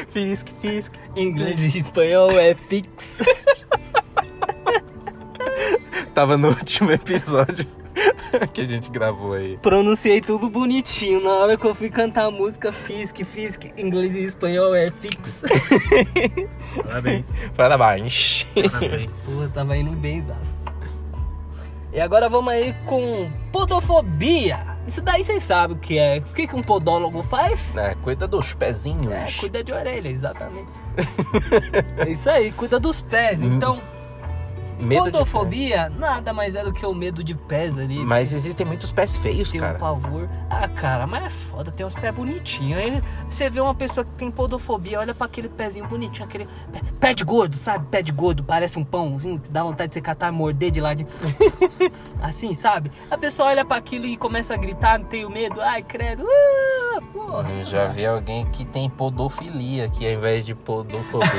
Speaker 2: Fisk, Fisk.
Speaker 3: Em inglês e espanhol é fix.
Speaker 2: Tava no último episódio que a gente gravou aí.
Speaker 3: Pronunciei tudo bonitinho. Na hora que eu fui cantar a música, fisk, fisk, inglês e espanhol é fix.
Speaker 4: Parabéns.
Speaker 2: Parabéns.
Speaker 4: Parabéns.
Speaker 3: Pô, tava indo bem, zaço. E agora vamos aí com podofobia. Isso daí vocês sabem o que é. O que, que um podólogo faz?
Speaker 2: É, cuida dos pezinhos.
Speaker 3: É, cuida de orelha, exatamente. é isso aí, cuida dos pés. Então,
Speaker 2: Medo de pé.
Speaker 3: podofobia nada mais é do que o medo de pés ali. né?
Speaker 2: Mas existem muitos pés feios,
Speaker 3: Tem um
Speaker 2: cara.
Speaker 3: pavor. Ah, cara, mas é foda, tem uns pés bonitinhos. Aí você vê uma pessoa que tem podofobia, olha pra aquele pezinho bonitinho, aquele pé- pé de gordo, sabe? Pé de gordo, parece um pãozinho que dá vontade de você catar, morder de lá de. assim, sabe? A pessoa olha pra aquilo e começa a gritar, tem o medo, ai, credo, ah, porra.
Speaker 2: Eu já vi alguém que tem podofilia, que ao invés de podofobia.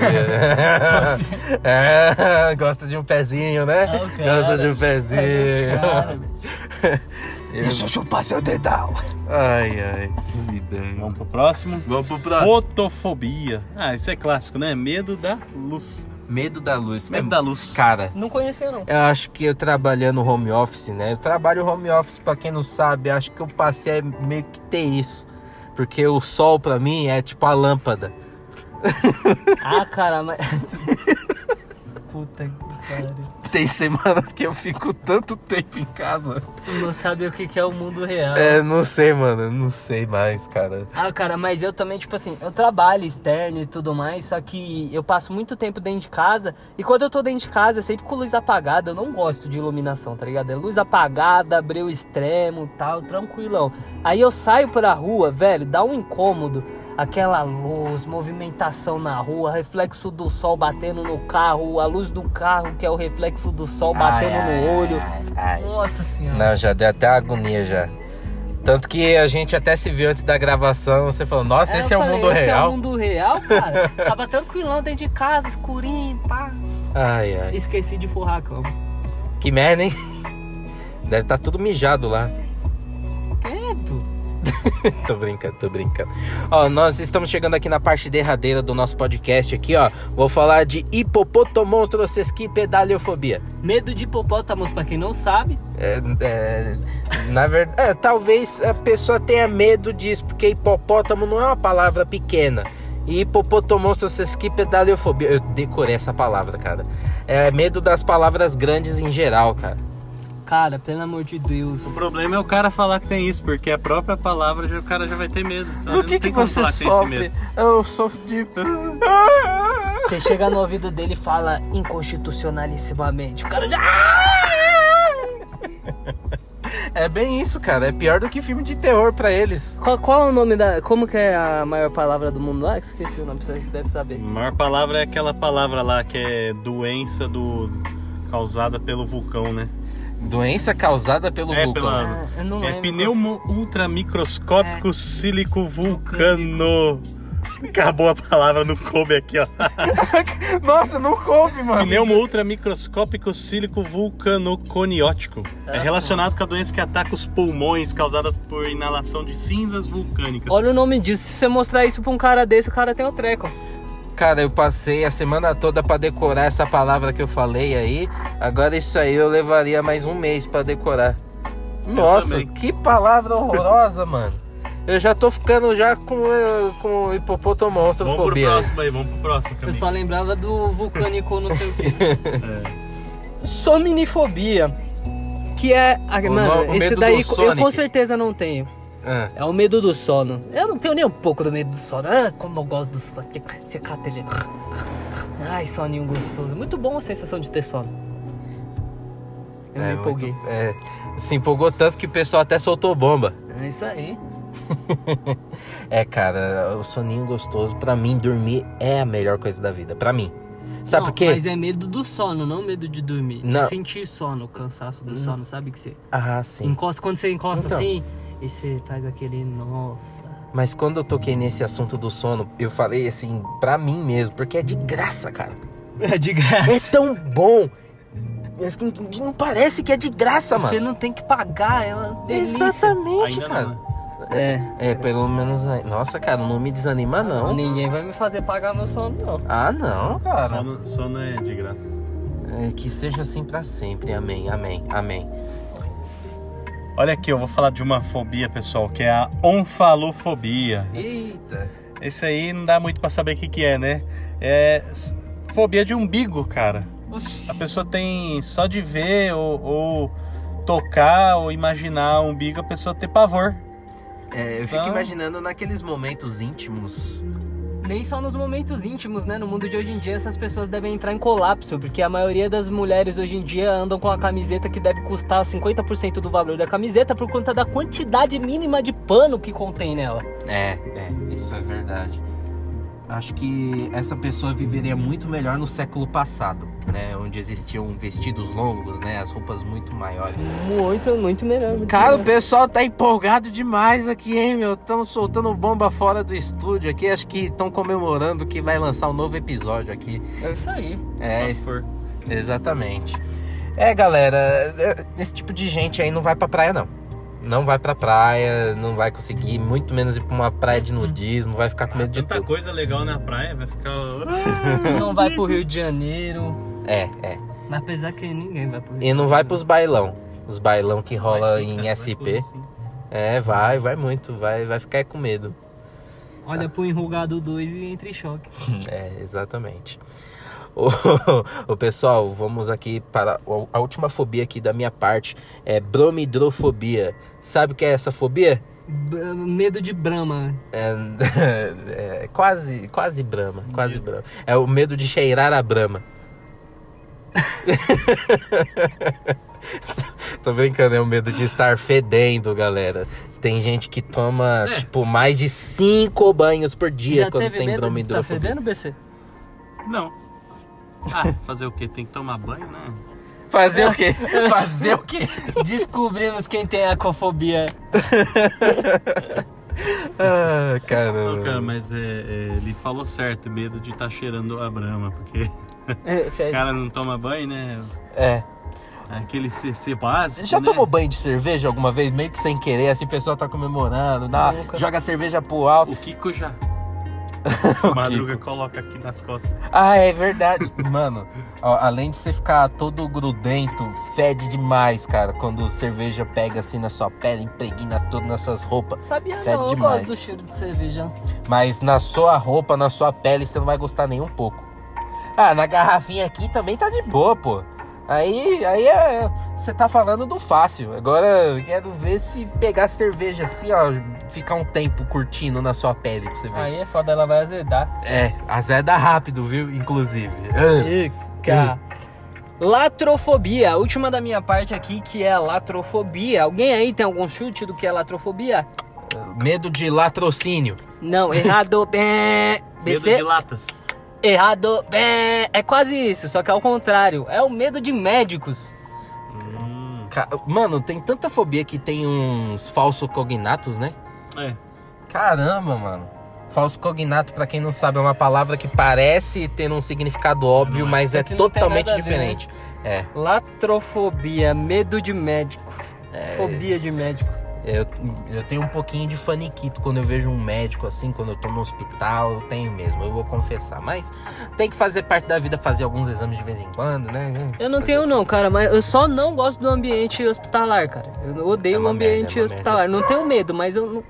Speaker 2: é, gosta de um pezinho, né?
Speaker 3: Ah, o cara.
Speaker 2: Gosta de um pezinho.
Speaker 3: Cara,
Speaker 2: Deixa eu chupar seu dedal. Ai, ai, que vida.
Speaker 4: Vamos pro próximo.
Speaker 2: Vamos pro próximo.
Speaker 4: Fotofobia. Ah, isso é clássico, né? Medo da luz.
Speaker 2: Medo da luz.
Speaker 4: Medo da luz.
Speaker 2: Cara,
Speaker 3: não conheceu, não.
Speaker 2: eu acho que eu trabalhando home office, né? Eu trabalho home office, pra quem não sabe, acho que eu passei a meio que ter isso. Porque o sol pra mim é tipo a lâmpada.
Speaker 3: Ah, cara, mas. Puta que pariu.
Speaker 2: Tem semanas que eu fico tanto tempo em casa.
Speaker 3: Não sabe o que que é o mundo real.
Speaker 2: É, não sei, mano. Não sei mais, cara.
Speaker 3: Ah, cara, mas eu também, tipo assim, eu trabalho externo e tudo mais, só que eu passo muito tempo dentro de casa. E quando eu tô dentro de casa, é sempre com luz apagada. Eu não gosto de iluminação, tá ligado? É luz apagada, abriu extremo tal, tranquilão. Aí eu saio pra rua, velho, dá um incômodo. Aquela luz, movimentação na rua, reflexo do sol batendo no carro, a luz do carro que é o reflexo do sol batendo no olho. Nossa senhora.
Speaker 2: Não, já deu até agonia já. Tanto que a gente até se viu antes da gravação, você falou, nossa,
Speaker 3: É,
Speaker 2: esse
Speaker 3: eu
Speaker 2: é o
Speaker 3: falei,
Speaker 2: mundo
Speaker 3: esse é o
Speaker 2: real.
Speaker 3: mundo real, cara. Tava tranquilão dentro de casa, escurinho, pá.
Speaker 2: Ai, ai.
Speaker 3: Esqueci de forrar a cama.
Speaker 2: Que merda, hein? Deve estar tudo mijado lá.
Speaker 3: Credo.
Speaker 2: Tô brincando, tô brincando. Ó, nós estamos chegando aqui na parte derradeira do nosso podcast aqui, ó. Vou falar de hipopotomonstrosesqui pedaleofobia.
Speaker 3: Medo de hipopótamos, pra quem não sabe.
Speaker 2: É, é, na verdade, é, talvez a pessoa tenha medo disso, porque hipopótamo não é uma palavra pequena. E hipopotomonstrosesqui pedaleofobia. Eu decorei essa palavra, cara. É medo das palavras grandes em geral, cara.
Speaker 3: Cara, pelo amor de Deus.
Speaker 4: O problema é o cara falar que tem isso, porque é a própria palavra já- o cara já vai ter medo. Então, não tem como falar que tem esse medo.
Speaker 2: Eu sofro de.
Speaker 3: Você chega no ouvido dele e fala inconstitucionalissimamente. O cara já. Ah!
Speaker 2: É bem isso, cara. É pior do que filme de terror pra eles.
Speaker 3: Qual, qual é o nome da. Como que é a maior palavra do mundo lá? Que Esqueci o nome, você deve
Speaker 4: A
Speaker 3: saber.
Speaker 4: maior palavra é aquela palavra lá que é doença do causada pelo vulcão, né?
Speaker 2: Doença causada pelo
Speaker 4: É,
Speaker 2: vulcão.
Speaker 4: pela-
Speaker 3: Ah, eu não
Speaker 4: É
Speaker 3: lembro. É.
Speaker 4: pneumo ultramicroscópico sílico vulcano. Acabou a palavra, não coube aqui, ó.
Speaker 2: Nossa, não coube, mano.
Speaker 4: Pneumo ultramicroscópico sílico vulcanoconiótico. É relacionado com a doença que ataca os pulmões causada por inalação de cinzas vulcânicas.
Speaker 3: Olha o nome disso. Se você mostrar isso pra um cara desse, o cara tem um treco.
Speaker 2: Cara, eu passei a semana toda pra decorar essa palavra que eu falei aí. Agora isso aí eu levaria mais um mês pra decorar. Nossa,
Speaker 4: também.
Speaker 2: que palavra horrorosa, mano. Eu já tô ficando já com, eh, com
Speaker 4: Vamos pro
Speaker 2: hipopotomonstrofobia.
Speaker 4: próximo aí, vamos pro próximo,
Speaker 3: Eu
Speaker 4: Camille.
Speaker 3: só lembrava do vulcânico não sei o quê.
Speaker 4: É.
Speaker 3: Sominifobia. Que é. a-
Speaker 2: O
Speaker 3: mano,
Speaker 2: no- o
Speaker 3: esse
Speaker 2: medo
Speaker 3: daí
Speaker 2: do
Speaker 3: co- eu
Speaker 2: Sonic.
Speaker 3: com certeza não tenho.
Speaker 2: Ah,
Speaker 3: É o medo do sono. Eu não tenho nem um pouco do medo do sono. Ah, como eu gosto do sono. Você cata ele. Ai, soninho gostoso. Muito bom a sensação de ter sono. Eu
Speaker 2: é
Speaker 3: me empolguei.
Speaker 2: muito- é, se empolgou tanto que o pessoal até soltou bomba.
Speaker 3: É isso aí.
Speaker 2: É, cara, o soninho gostoso, pra mim, dormir é a melhor coisa da vida. Pra mim. Sabe
Speaker 3: Não,
Speaker 2: por quê?
Speaker 3: Mas é medo do sono, não medo de dormir.
Speaker 2: Não. Hum.
Speaker 3: De sentir sono, o cansaço do sono, sabe que você.
Speaker 2: Ah, sim.
Speaker 3: Encosta, quando você encosta
Speaker 2: Então.
Speaker 3: assim, e você faz aquele. Nossa.
Speaker 2: Mas quando eu toquei nesse assunto do sono, eu falei assim, pra mim mesmo, porque é de graça, cara.
Speaker 3: É de graça.
Speaker 2: É tão bom. Mas que Não parece que é de graça,
Speaker 3: Você
Speaker 2: mano.
Speaker 3: não tem que pagar, é uma delícia.
Speaker 2: Exatamente,
Speaker 4: Ainda
Speaker 2: cara.
Speaker 4: não. né?
Speaker 3: É.
Speaker 2: É, pelo menos. aí- Nossa, cara, não me desanima, não.
Speaker 3: Ninguém vai me fazer pagar meu sono, não.
Speaker 2: Ah, não,
Speaker 4: né?
Speaker 2: cara.
Speaker 4: Só não- Só não é de graça.
Speaker 2: É, que seja assim pra sempre. Amém, amém, amém.
Speaker 4: Olha aqui, eu vou falar de uma fobia, pessoal, que é a onfalofobia.
Speaker 2: Eita.
Speaker 4: Esse aí não dá muito pra saber o que, que é, né? É s- fobia de umbigo, cara. A pessoa tem só de ver ou, ou tocar ou imaginar o umbigo, a pessoa tem pavor.
Speaker 2: É, eu fico
Speaker 4: Então-
Speaker 2: imaginando naqueles momentos íntimos.
Speaker 3: Nem só nos momentos íntimos, né? No mundo de hoje em dia, essas pessoas devem entrar em colapso, porque a maioria das mulheres hoje em dia andam com a camiseta que deve custar 50% do valor da camiseta por conta da quantidade mínima de pano que contém nela.
Speaker 2: É, é, isso é verdade. Acho que essa pessoa viveria muito melhor no século passado, né? Onde existiam vestidos longos, né? As roupas muito maiores.
Speaker 3: Muito, muito melhor. muito
Speaker 2: Cara, o
Speaker 3: melhor.
Speaker 2: pessoal tá empolgado demais aqui, hein, meu? Estão soltando bomba fora do estúdio aqui. Acho que estão comemorando que vai lançar um novo episódio aqui.
Speaker 3: é isso aí.
Speaker 2: É,
Speaker 4: Nossa, por-
Speaker 2: Exatamente. É, galera, é, esse tipo de gente aí não vai pra praia, não. Não vai pra praia, não vai conseguir, muito menos ir pra uma praia de nudismo, vai ficar com medo de
Speaker 4: Ah, Tanta
Speaker 2: tudo.
Speaker 4: coisa legal na praia, vai ficar.
Speaker 3: Não vai pro Rio de Janeiro.
Speaker 2: É, é.
Speaker 3: Mas apesar que ninguém vai pro Rio de
Speaker 2: E não vai pros bailão. Os bailão que rola
Speaker 4: Vai sim,
Speaker 2: em
Speaker 4: cara, vai
Speaker 2: SP.
Speaker 4: tudo, sim.
Speaker 2: É, vai, vai muito, vai, vai ficar com medo.
Speaker 3: Janeiro. Olha pro enrugado 2 e entra em choque.
Speaker 2: É, exatamente. Ô, ô, pessoal, vamos aqui para o- a última fobia aqui da minha parte, é bromidrofobia. Sabe o que é essa fobia?
Speaker 3: B- medo de Brahma.
Speaker 2: É, é, quase, quase brama, quase brama. É o medo de cheirar a brama. Tô brincando, é o medo de estar fedendo, galera. Tem gente que toma,
Speaker 4: É.
Speaker 2: tipo, mais de cinco banhos por dia
Speaker 3: Já
Speaker 2: quando
Speaker 3: teve
Speaker 2: tem
Speaker 3: medo de estar
Speaker 2: bromidrofobia.
Speaker 3: fedendo, BC?
Speaker 4: Não. Ah, fazer o quê? Tem que tomar banho, né?
Speaker 2: Fazer o quê? Fazer o quê?
Speaker 3: Descobrimos quem tem acofobia.
Speaker 2: Ah, caramba.
Speaker 4: Não, cara, mas é, é, ele falou certo, medo de estar cheirando a brama, porque
Speaker 3: É,
Speaker 4: o
Speaker 3: fede.
Speaker 4: cara não toma banho, né?
Speaker 2: É.
Speaker 4: Aquele CC básico.
Speaker 2: Já
Speaker 4: né?
Speaker 2: tomou banho de cerveja alguma vez? Meio que sem querer, assim, o pessoal tá comemorando, dá,
Speaker 3: Nunca.
Speaker 2: joga a cerveja pro alto.
Speaker 4: O Kiko já.
Speaker 2: O
Speaker 4: o Madruga coloca aqui nas costas.
Speaker 2: Ah, é verdade. Mano, ó, além de você ficar todo grudento, fede demais, cara, quando cerveja pega assim na sua pele, impregna todas nas suas roupas.
Speaker 3: Sabia
Speaker 2: Fede
Speaker 3: não, eu
Speaker 2: demais.
Speaker 3: gosto do cheiro de cerveja.
Speaker 2: Mas na sua roupa, na sua pele, você não vai gostar nem um pouco. Ah, na garrafinha aqui também tá de boa, pô. Aí, aí é, você tá falando do fácil. Agora eu quero ver se pegar cerveja assim, ó, ficar um tempo curtindo na sua pele pra você ver.
Speaker 3: Aí é foda, ela vai azedar.
Speaker 2: É, azeda rápido, viu? Inclusive. Ah.
Speaker 3: Ica. Latrofobia, a última da minha parte aqui que é a latrofobia. Alguém aí tem algum chute do que é latrofobia?
Speaker 2: Medo de latrocínio.
Speaker 3: Não, errado. Bé.
Speaker 4: Medo
Speaker 3: BC,
Speaker 4: de latas.
Speaker 3: errado. Bé. É quase isso, só que é o contrário. É o medo de médicos.
Speaker 4: Hum,
Speaker 2: Ca- Mano, tem tanta fobia que tem uns falsos cognatos, né?
Speaker 4: é.
Speaker 2: Caramba, mano. Falso cognato, pra quem não sabe, é uma palavra que parece ter um significado óbvio,
Speaker 4: Não é.
Speaker 2: mas é
Speaker 3: Que não tem
Speaker 2: totalmente
Speaker 3: nada a ver,
Speaker 2: diferente. É,
Speaker 3: Latrofobia, medo de médico.
Speaker 2: É.
Speaker 3: Fobia de médico.
Speaker 2: eu, eu tenho um pouquinho de faniquito quando eu vejo um médico assim, quando eu tô no hospital, eu tenho mesmo, eu vou confessar. Mas tem que fazer parte da vida, fazer alguns exames de vez em quando, né?
Speaker 3: Eu não
Speaker 2: Fazer-
Speaker 3: tenho não, cara, mas eu só não gosto do ambiente hospitalar, cara. Eu odeio
Speaker 2: É
Speaker 3: o
Speaker 2: uma
Speaker 3: ambiente
Speaker 2: merda, é uma
Speaker 3: hospitalar. Não tenho medo, mas eu não.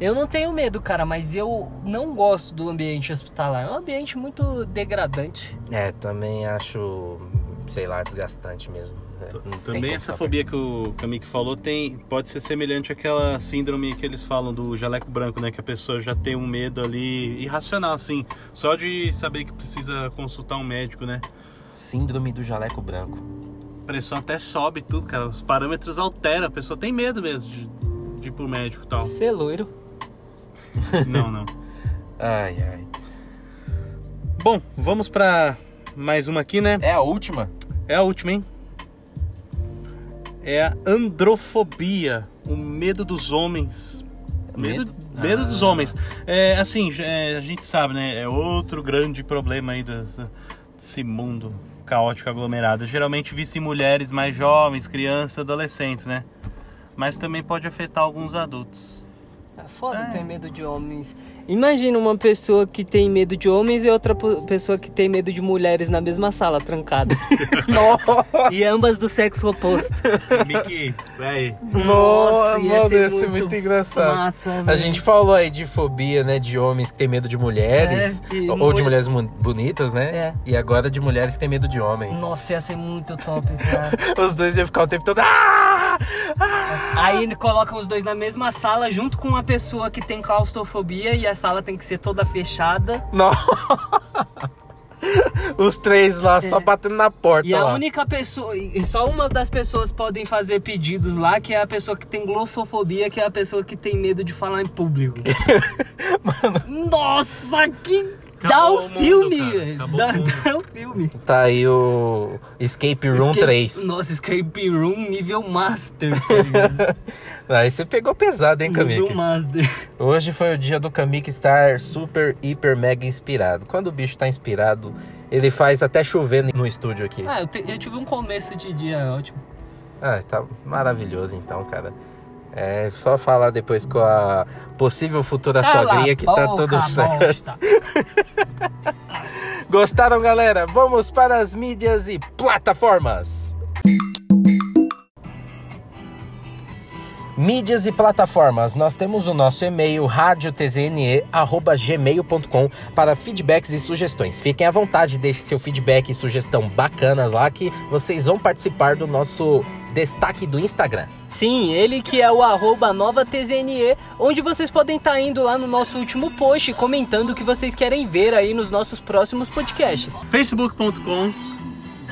Speaker 3: Eu não tenho medo, cara, mas eu não gosto do ambiente hospitalar. É um ambiente muito degradante.
Speaker 2: É, também acho, sei lá, desgastante mesmo. É, não tem
Speaker 4: Também
Speaker 2: como
Speaker 4: essa
Speaker 2: saber.
Speaker 4: fobia que o Kamique falou tem, pode ser semelhante àquela síndrome que eles falam do jaleco branco, né? Que a pessoa já tem um medo ali irracional, assim. Só de saber que precisa consultar um médico, né?
Speaker 2: Síndrome do jaleco branco.
Speaker 4: A pressão até sobe e tudo, cara. Os parâmetros alteram. A pessoa tem medo mesmo de, de ir pro médico e tal.
Speaker 3: Você é loiro.
Speaker 4: Não, não.
Speaker 2: Ai, ai.
Speaker 4: Bom, vamos pra mais uma aqui, né?
Speaker 2: É a última?
Speaker 4: É a última, hein? é a androfobia, o medo dos homens. Medo, medo?
Speaker 2: Medo?
Speaker 4: dos
Speaker 2: Ah.
Speaker 4: homens. É, assim, é, a gente sabe, né? É outro grande problema aí do- desse mundo caótico aglomerado. Geralmente visto em mulheres mais jovens, crianças, adolescentes, né? Mas também pode afetar alguns adultos.
Speaker 3: É foda
Speaker 4: É.
Speaker 3: ter medo de homens. Imagina uma pessoa que tem medo de homens e outra po- pessoa que tem medo de mulheres na mesma sala, trancadas. Nossa! E ambas do sexo oposto.
Speaker 4: Mickey, véi.
Speaker 3: Nossa,
Speaker 2: Mano,
Speaker 3: ia ser
Speaker 2: ia ser
Speaker 3: muito
Speaker 2: muito engraçado.
Speaker 3: massa,
Speaker 2: A
Speaker 3: velho.
Speaker 2: gente falou aí de fobia, né? De homens que tem medo de mulheres.
Speaker 3: É, e
Speaker 2: ou
Speaker 3: mulher-
Speaker 2: de mulheres mu- bonitas, né?
Speaker 3: É.
Speaker 2: E agora de mulheres que tem medo de homens.
Speaker 3: Nossa, ia ser muito top, cara.
Speaker 2: Os dois iam ficar o tempo todo. "Ah! Ah!"
Speaker 3: Aí ele coloca os dois na mesma sala, junto com uma pessoa que tem claustrofobia e a sala tem que ser toda fechada.
Speaker 2: Não. Os três lá só batendo na porta.
Speaker 3: É. E a
Speaker 2: lá.
Speaker 3: única pessoa, e só uma das pessoas podem fazer pedidos lá, que é a pessoa que tem glossofobia, que é a pessoa que tem medo de falar em público. Nossa, que dá
Speaker 4: Acabou
Speaker 3: o
Speaker 4: o mundo,
Speaker 3: filme!
Speaker 4: cara. Acabou
Speaker 3: dá,
Speaker 4: o mundo.
Speaker 3: dá o filme.
Speaker 2: Tá aí o Escape Room
Speaker 3: Escape-
Speaker 2: 3.
Speaker 3: Nossa, Escape Room nível master. tá ligado?
Speaker 2: Aí você pegou pesado, hein,
Speaker 3: nível
Speaker 2: Kamik?
Speaker 3: master.
Speaker 2: Hoje foi o dia do Kamik estar super, hiper, mega inspirado. Quando o bicho tá inspirado, ele faz até chover no estúdio aqui.
Speaker 3: Ah, eu, te- eu tive um começo de dia ótimo.
Speaker 2: Ah, tá maravilhoso então, cara. É só falar depois com a possível futura
Speaker 3: Cala a
Speaker 2: sogrinha que tá
Speaker 3: boca,
Speaker 2: tudo certo.
Speaker 3: bosta.
Speaker 2: Gostaram, galera? Vamos para as mídias e plataformas. Mídias e plataformas. Nós temos o nosso e-mail radiotzne@gmail.com para feedbacks e sugestões. Fiquem à vontade, deixe seu feedback e sugestão bacanas lá que vocês vão participar do nosso destaque do Instagram.
Speaker 3: Sim, ele que é o arroba nova TZNE, onde vocês podem estar indo lá no nosso último post comentando o que vocês querem ver aí nos nossos próximos podcasts.
Speaker 4: facebook.com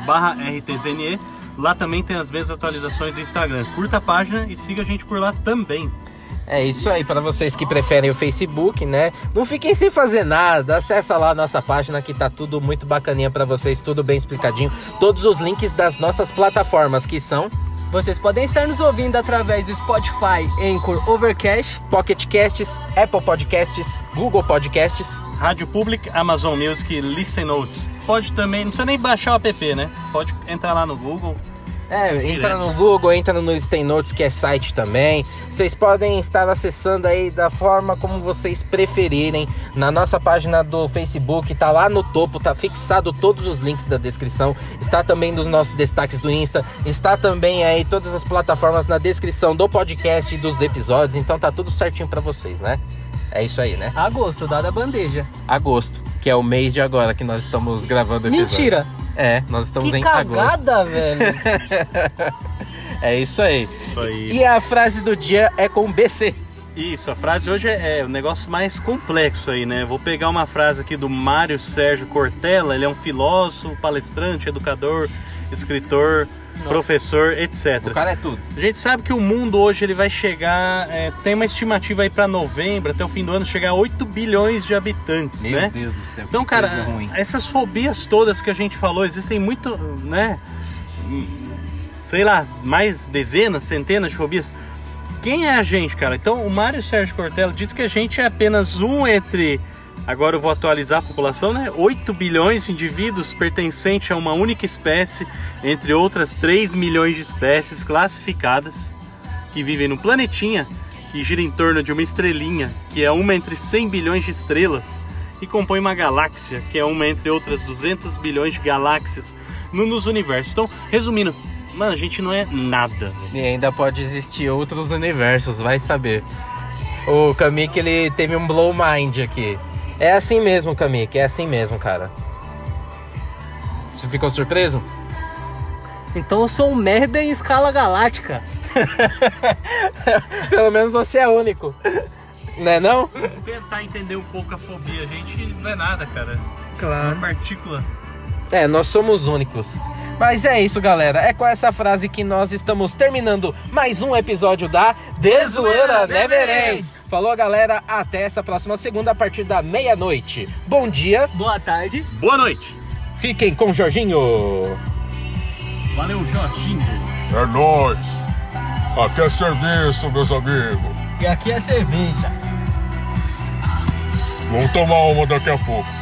Speaker 4: barra rtzne lá também tem as mesmas atualizações do Instagram curta a página e siga a gente por lá também
Speaker 2: É isso aí, para vocês que preferem o Facebook, né? Não fiquem sem fazer nada, acessa lá a nossa página que tá tudo muito bacaninha para vocês, tudo bem explicadinho. Todos os links das nossas plataformas que são
Speaker 3: Vocês podem estar nos ouvindo através do Spotify, Anchor, Overcast.
Speaker 2: Pocket Casts, Apple Podcasts, Google Podcasts.
Speaker 4: Rádio Public, Amazon Music, Listen Notes pode também, não precisa nem baixar o app né pode entrar lá no Google
Speaker 2: É, entra no Google, entra no Listen Notes, que é site também. Vocês podem estar acessando aí da forma como vocês preferirem. Na nossa página do Facebook, tá lá no topo, tá fixado todos os links da descrição. Está também nos nossos destaques do Insta. Está também aí todas as plataformas na descrição do podcast e dos episódios. Então tá tudo certinho pra vocês, né? É isso aí, né?
Speaker 3: Agosto, dada a bandeja.
Speaker 2: Agosto, que é o mês de agora que nós estamos gravando o episódio.
Speaker 3: Mentira!
Speaker 2: É, nós estamos
Speaker 3: que
Speaker 2: em agosto.
Speaker 3: cagada, velho!
Speaker 2: É isso aí.
Speaker 4: isso aí
Speaker 2: E a frase do dia é com BC.
Speaker 4: isso a frase hoje é, é um negócio mais complexo aí né vou pegar uma frase aqui do Mário Sérgio Cortella ele é um filósofo palestrante educador escritor professor etc
Speaker 2: O cara é tudo.
Speaker 4: A gente sabe que o mundo hoje ele vai chegar, é, tem uma estimativa aí para novembro, até o fim do ano, chegar a 8 bilhões de habitantes, né?
Speaker 2: Deus do céu.
Speaker 4: Então, cara, essas fobias todas que a gente falou, existem muito, né? Sei lá, mais dezenas, centenas de fobias. Quem é a gente, cara? Então, o Mário Sérgio Cortella diz que a gente é apenas um entre. Agora eu vou atualizar a população, né? 8 bilhões de indivíduos pertencentes a uma única espécie, entre outras 3 milhões de espécies classificadas que vivem no planetinha que gira em torno de uma estrelinha, que é uma entre 100 bilhões de estrelas, e compõe uma galáxia, que é uma entre outras 200 bilhões de galáxias no- nos universos. Então, resumindo, mano, a gente não é nada.
Speaker 2: E ainda pode existir outros universos, vai saber. O Kamik, ele teve um blow mind aqui. É assim mesmo, Kamik, é assim mesmo, cara. Você ficou surpreso?
Speaker 3: então eu sou um merda em escala galáctica.
Speaker 2: Pelo menos você é único. Né não?
Speaker 4: Vamos tentar entender um pouco a fobia. A gente não é nada, cara.
Speaker 3: Claro.
Speaker 4: Partícula.
Speaker 2: É, nós somos únicos. Mas é isso, galera. É com essa frase que nós estamos terminando mais um episódio da Desoeira Never Ends. Falou, galera. Até essa próxima segunda, a partir da meia-noite. Bom dia.
Speaker 3: Boa tarde.
Speaker 4: Boa noite.
Speaker 2: Fiquem com o Jorginho.
Speaker 4: Valeu, Jorginho.
Speaker 5: É nóis!
Speaker 6: Aqui é serviço, meus amigos.
Speaker 2: E aqui é cerveja.
Speaker 6: Vamos tomar uma daqui a pouco.